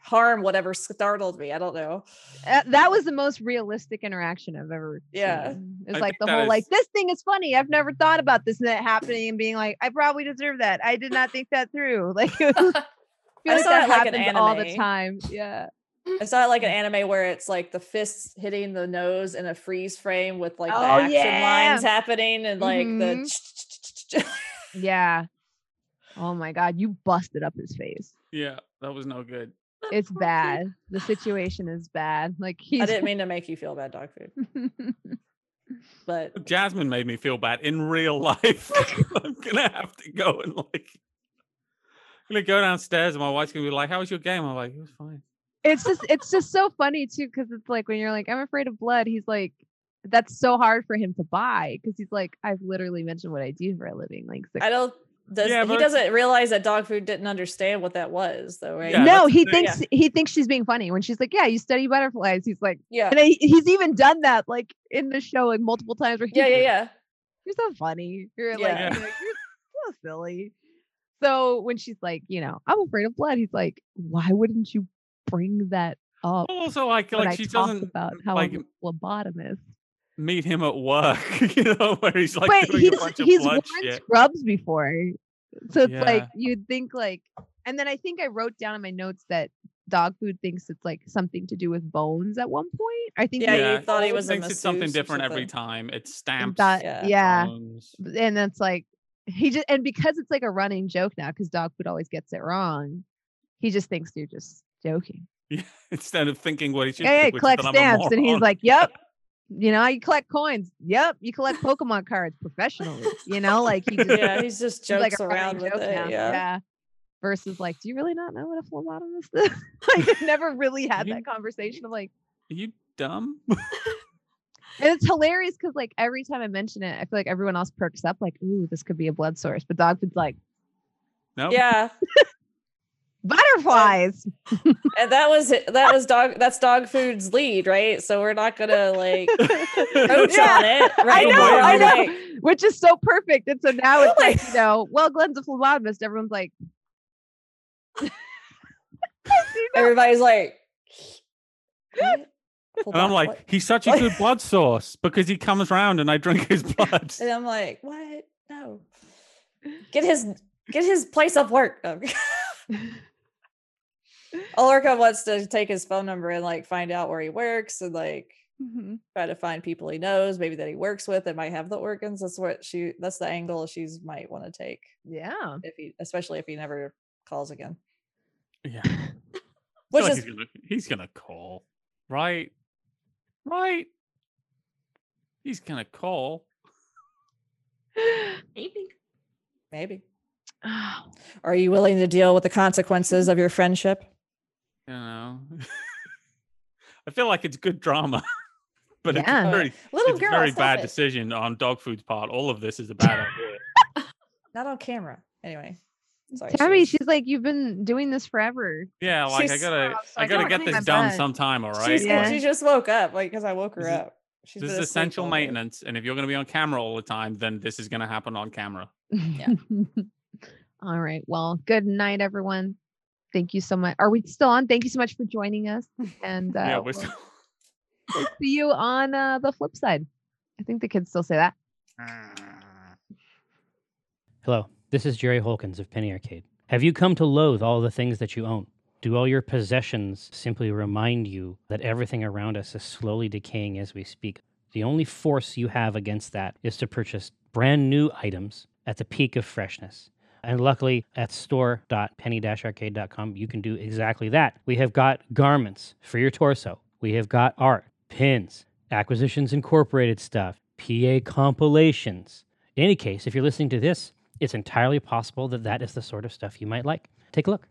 Speaker 4: harm whatever startled me. I don't know.
Speaker 2: Uh, that was the most realistic interaction I've ever.
Speaker 4: Yeah.
Speaker 2: seen. It's
Speaker 5: I
Speaker 2: like
Speaker 5: think
Speaker 2: the
Speaker 5: that
Speaker 2: whole like
Speaker 5: is-
Speaker 2: this thing is funny. I've never thought about this net happening and being like, I probably deserve that. I did not think that through. Like, I feel
Speaker 4: I
Speaker 2: like
Speaker 4: saw
Speaker 2: that
Speaker 4: it like an
Speaker 2: happens all the
Speaker 4: anime.
Speaker 2: time. Yeah.
Speaker 4: I saw it like an
Speaker 5: Mm.
Speaker 4: anime where it's like the fists hitting the nose in a freeze frame with like the
Speaker 2: Oh,
Speaker 4: action
Speaker 2: yeah. Mm-hmm.
Speaker 4: lines happening and like the
Speaker 2: Yeah. Oh my God, you busted up his face.
Speaker 5: Yeah, that was no good.
Speaker 2: It's bad. The situation is bad. Like he's
Speaker 4: I didn't mean to make you feel bad, dog food, but
Speaker 5: Jasmine made me feel bad in real life. I'm gonna have to go and like gonna go downstairs and my wife's gonna be like, How was your game? I'm like, It was fine.
Speaker 2: it's just it's just so funny too because it's like when you're like I'm afraid of blood. He's like that's so hard for him to buy because he's like I've literally mentioned what I do for a living. Like six
Speaker 4: I don't. Does,
Speaker 5: Yeah,
Speaker 4: he
Speaker 5: but-
Speaker 4: doesn't realize that dog food didn't understand what that was, though, right?
Speaker 5: Yeah,
Speaker 2: no,
Speaker 5: that's the
Speaker 2: he
Speaker 5: thing.
Speaker 2: thinks he thinks she's being funny when she's like, "Yeah, you study butterflies." He's like,
Speaker 4: Yeah.
Speaker 2: and I, he's even done that like in the show like multiple times where he's
Speaker 4: Yeah. Yeah.
Speaker 2: like,
Speaker 4: Yeah.
Speaker 2: you're so funny. You're like,
Speaker 4: Yeah.
Speaker 2: you're, like, "You're so silly. So when she's like, you know, I'm afraid of blood, he's like, why wouldn't you bring that up?
Speaker 5: Well, also like
Speaker 2: when
Speaker 5: like
Speaker 2: I
Speaker 5: she
Speaker 2: talk
Speaker 5: doesn't
Speaker 2: about how
Speaker 5: like
Speaker 2: I'm a lobotomist.
Speaker 5: meet him at work, you know, where he's like
Speaker 2: but
Speaker 5: doing
Speaker 2: he's
Speaker 5: a bunch of
Speaker 2: he's worn
Speaker 5: blood shit.
Speaker 2: scrubs before, so it's like
Speaker 5: Yeah.
Speaker 2: you'd think like. And then I think I wrote down in my notes that dog food thinks it's like something to do with bones at one point. I think
Speaker 4: Yeah,
Speaker 2: he
Speaker 4: you thought he
Speaker 2: told
Speaker 4: was a
Speaker 5: thinks it's something
Speaker 4: masseuse or
Speaker 5: different every
Speaker 4: something.
Speaker 5: time. It's
Speaker 2: and
Speaker 5: stamps.
Speaker 2: thought-
Speaker 4: yeah,
Speaker 2: yeah.
Speaker 5: bones.
Speaker 2: B- and that's like he just and because it's like a running joke now because dog food always gets it wrong he just thinks you're just joking
Speaker 5: Instead of thinking what he should
Speaker 2: yeah, yeah
Speaker 5: think, which is
Speaker 2: collect
Speaker 5: that I'm a
Speaker 2: stamps and he's
Speaker 5: moron.
Speaker 2: like yep you know you collect coins yep you collect pokemon cards professionally you know like he just
Speaker 4: Yeah. He's just
Speaker 2: he's
Speaker 4: jokes
Speaker 2: like a running
Speaker 4: around with
Speaker 2: joke
Speaker 4: it.
Speaker 2: now,
Speaker 4: yeah.
Speaker 2: versus like do you really not know what a phlebotomist is like i've never really had
Speaker 5: You-
Speaker 2: that conversation of like
Speaker 5: Are you dumb?
Speaker 2: and it's hilarious because like every time i mention it i feel like everyone else perks up like ooh this could be a blood source but dog food's like
Speaker 5: no.
Speaker 4: Yeah.
Speaker 2: butterflies
Speaker 4: And that was that was dog. That's dog food's lead, right? So we're not gonna like coach on it.
Speaker 2: I
Speaker 4: Right?
Speaker 2: know,
Speaker 5: Wait,
Speaker 2: I
Speaker 5: wait,
Speaker 2: know,
Speaker 4: Like,
Speaker 2: which is so perfect. And so now it's
Speaker 4: Like-
Speaker 2: like, you know, well, Glenn's a phlebotomist. Everyone's like,
Speaker 4: everybody's like. "What? Hold
Speaker 5: And I'm
Speaker 4: on,
Speaker 5: like,
Speaker 4: what?"
Speaker 5: he's such a
Speaker 4: What?
Speaker 5: good blood source because he comes round and I drink his blood.
Speaker 4: and I'm like, what? No. Get his get his place of work. No. Ulrika wants to take his phone number and like find out where he works and like try to find people he knows, maybe that he works with that might have the organs. That's what she that's the angle she's might want to take
Speaker 2: yeah.
Speaker 4: if he especially if he never calls again.
Speaker 5: Yeah.
Speaker 4: Which
Speaker 5: Like
Speaker 4: is
Speaker 5: he's, gonna, he's gonna call, right? Right? He's gonna call.
Speaker 3: Maybe.
Speaker 4: maybe.
Speaker 2: Oh,
Speaker 4: Are you willing to deal with the consequences of your friendship?
Speaker 5: You know. I feel like it's good drama, but it's
Speaker 2: Yeah.
Speaker 5: a very,
Speaker 4: Little
Speaker 5: it's a
Speaker 4: girl,
Speaker 5: very
Speaker 4: stop
Speaker 5: bad
Speaker 4: it.
Speaker 5: decision on dog food's part. All of this is a bad idea.
Speaker 4: Not on camera. Anyway. Sorry.
Speaker 2: Tammy,
Speaker 4: Shay.
Speaker 2: she's like, you've been doing this forever.
Speaker 5: Yeah, like
Speaker 4: She's-
Speaker 5: I gotta,
Speaker 2: Oh, so
Speaker 5: I
Speaker 2: I
Speaker 5: gotta
Speaker 2: don't
Speaker 5: get
Speaker 2: think
Speaker 5: this
Speaker 2: I'm
Speaker 5: done
Speaker 2: done.
Speaker 5: sometime. All right.
Speaker 4: She's,
Speaker 2: Yeah.
Speaker 4: She just woke up, like, because I woke her
Speaker 5: This is-
Speaker 4: up. She's
Speaker 5: this
Speaker 4: been
Speaker 5: is
Speaker 4: asleep
Speaker 5: essential
Speaker 4: all day.
Speaker 5: maintenance, and if you're gonna be on camera all the time, then this is gonna happen on camera.
Speaker 4: Yeah.
Speaker 2: All right. Well, good night, everyone. Thank you so much. Are we still on? Thank you so much for joining us. And uh,
Speaker 5: yeah, we're
Speaker 2: we'll
Speaker 5: still-
Speaker 2: see you on uh, the flip side. I think the kids still say that.
Speaker 1: Hello, this is Jerry Holkins of Penny Arcade. Have you come to loathe all the things that you own? Do all your possessions simply remind you that everything around us is slowly decaying as we speak? The only force you have against that is to purchase brand new items at the peak of freshness. And luckily, at store.penny arcade.com, you can do exactly that. We have got garments for your torso, we have got art, pins, Acquisitions Incorporated stuff, PA compilations. In any case, if you're listening to this, it's entirely possible that that is the sort of stuff you might like. Take a look.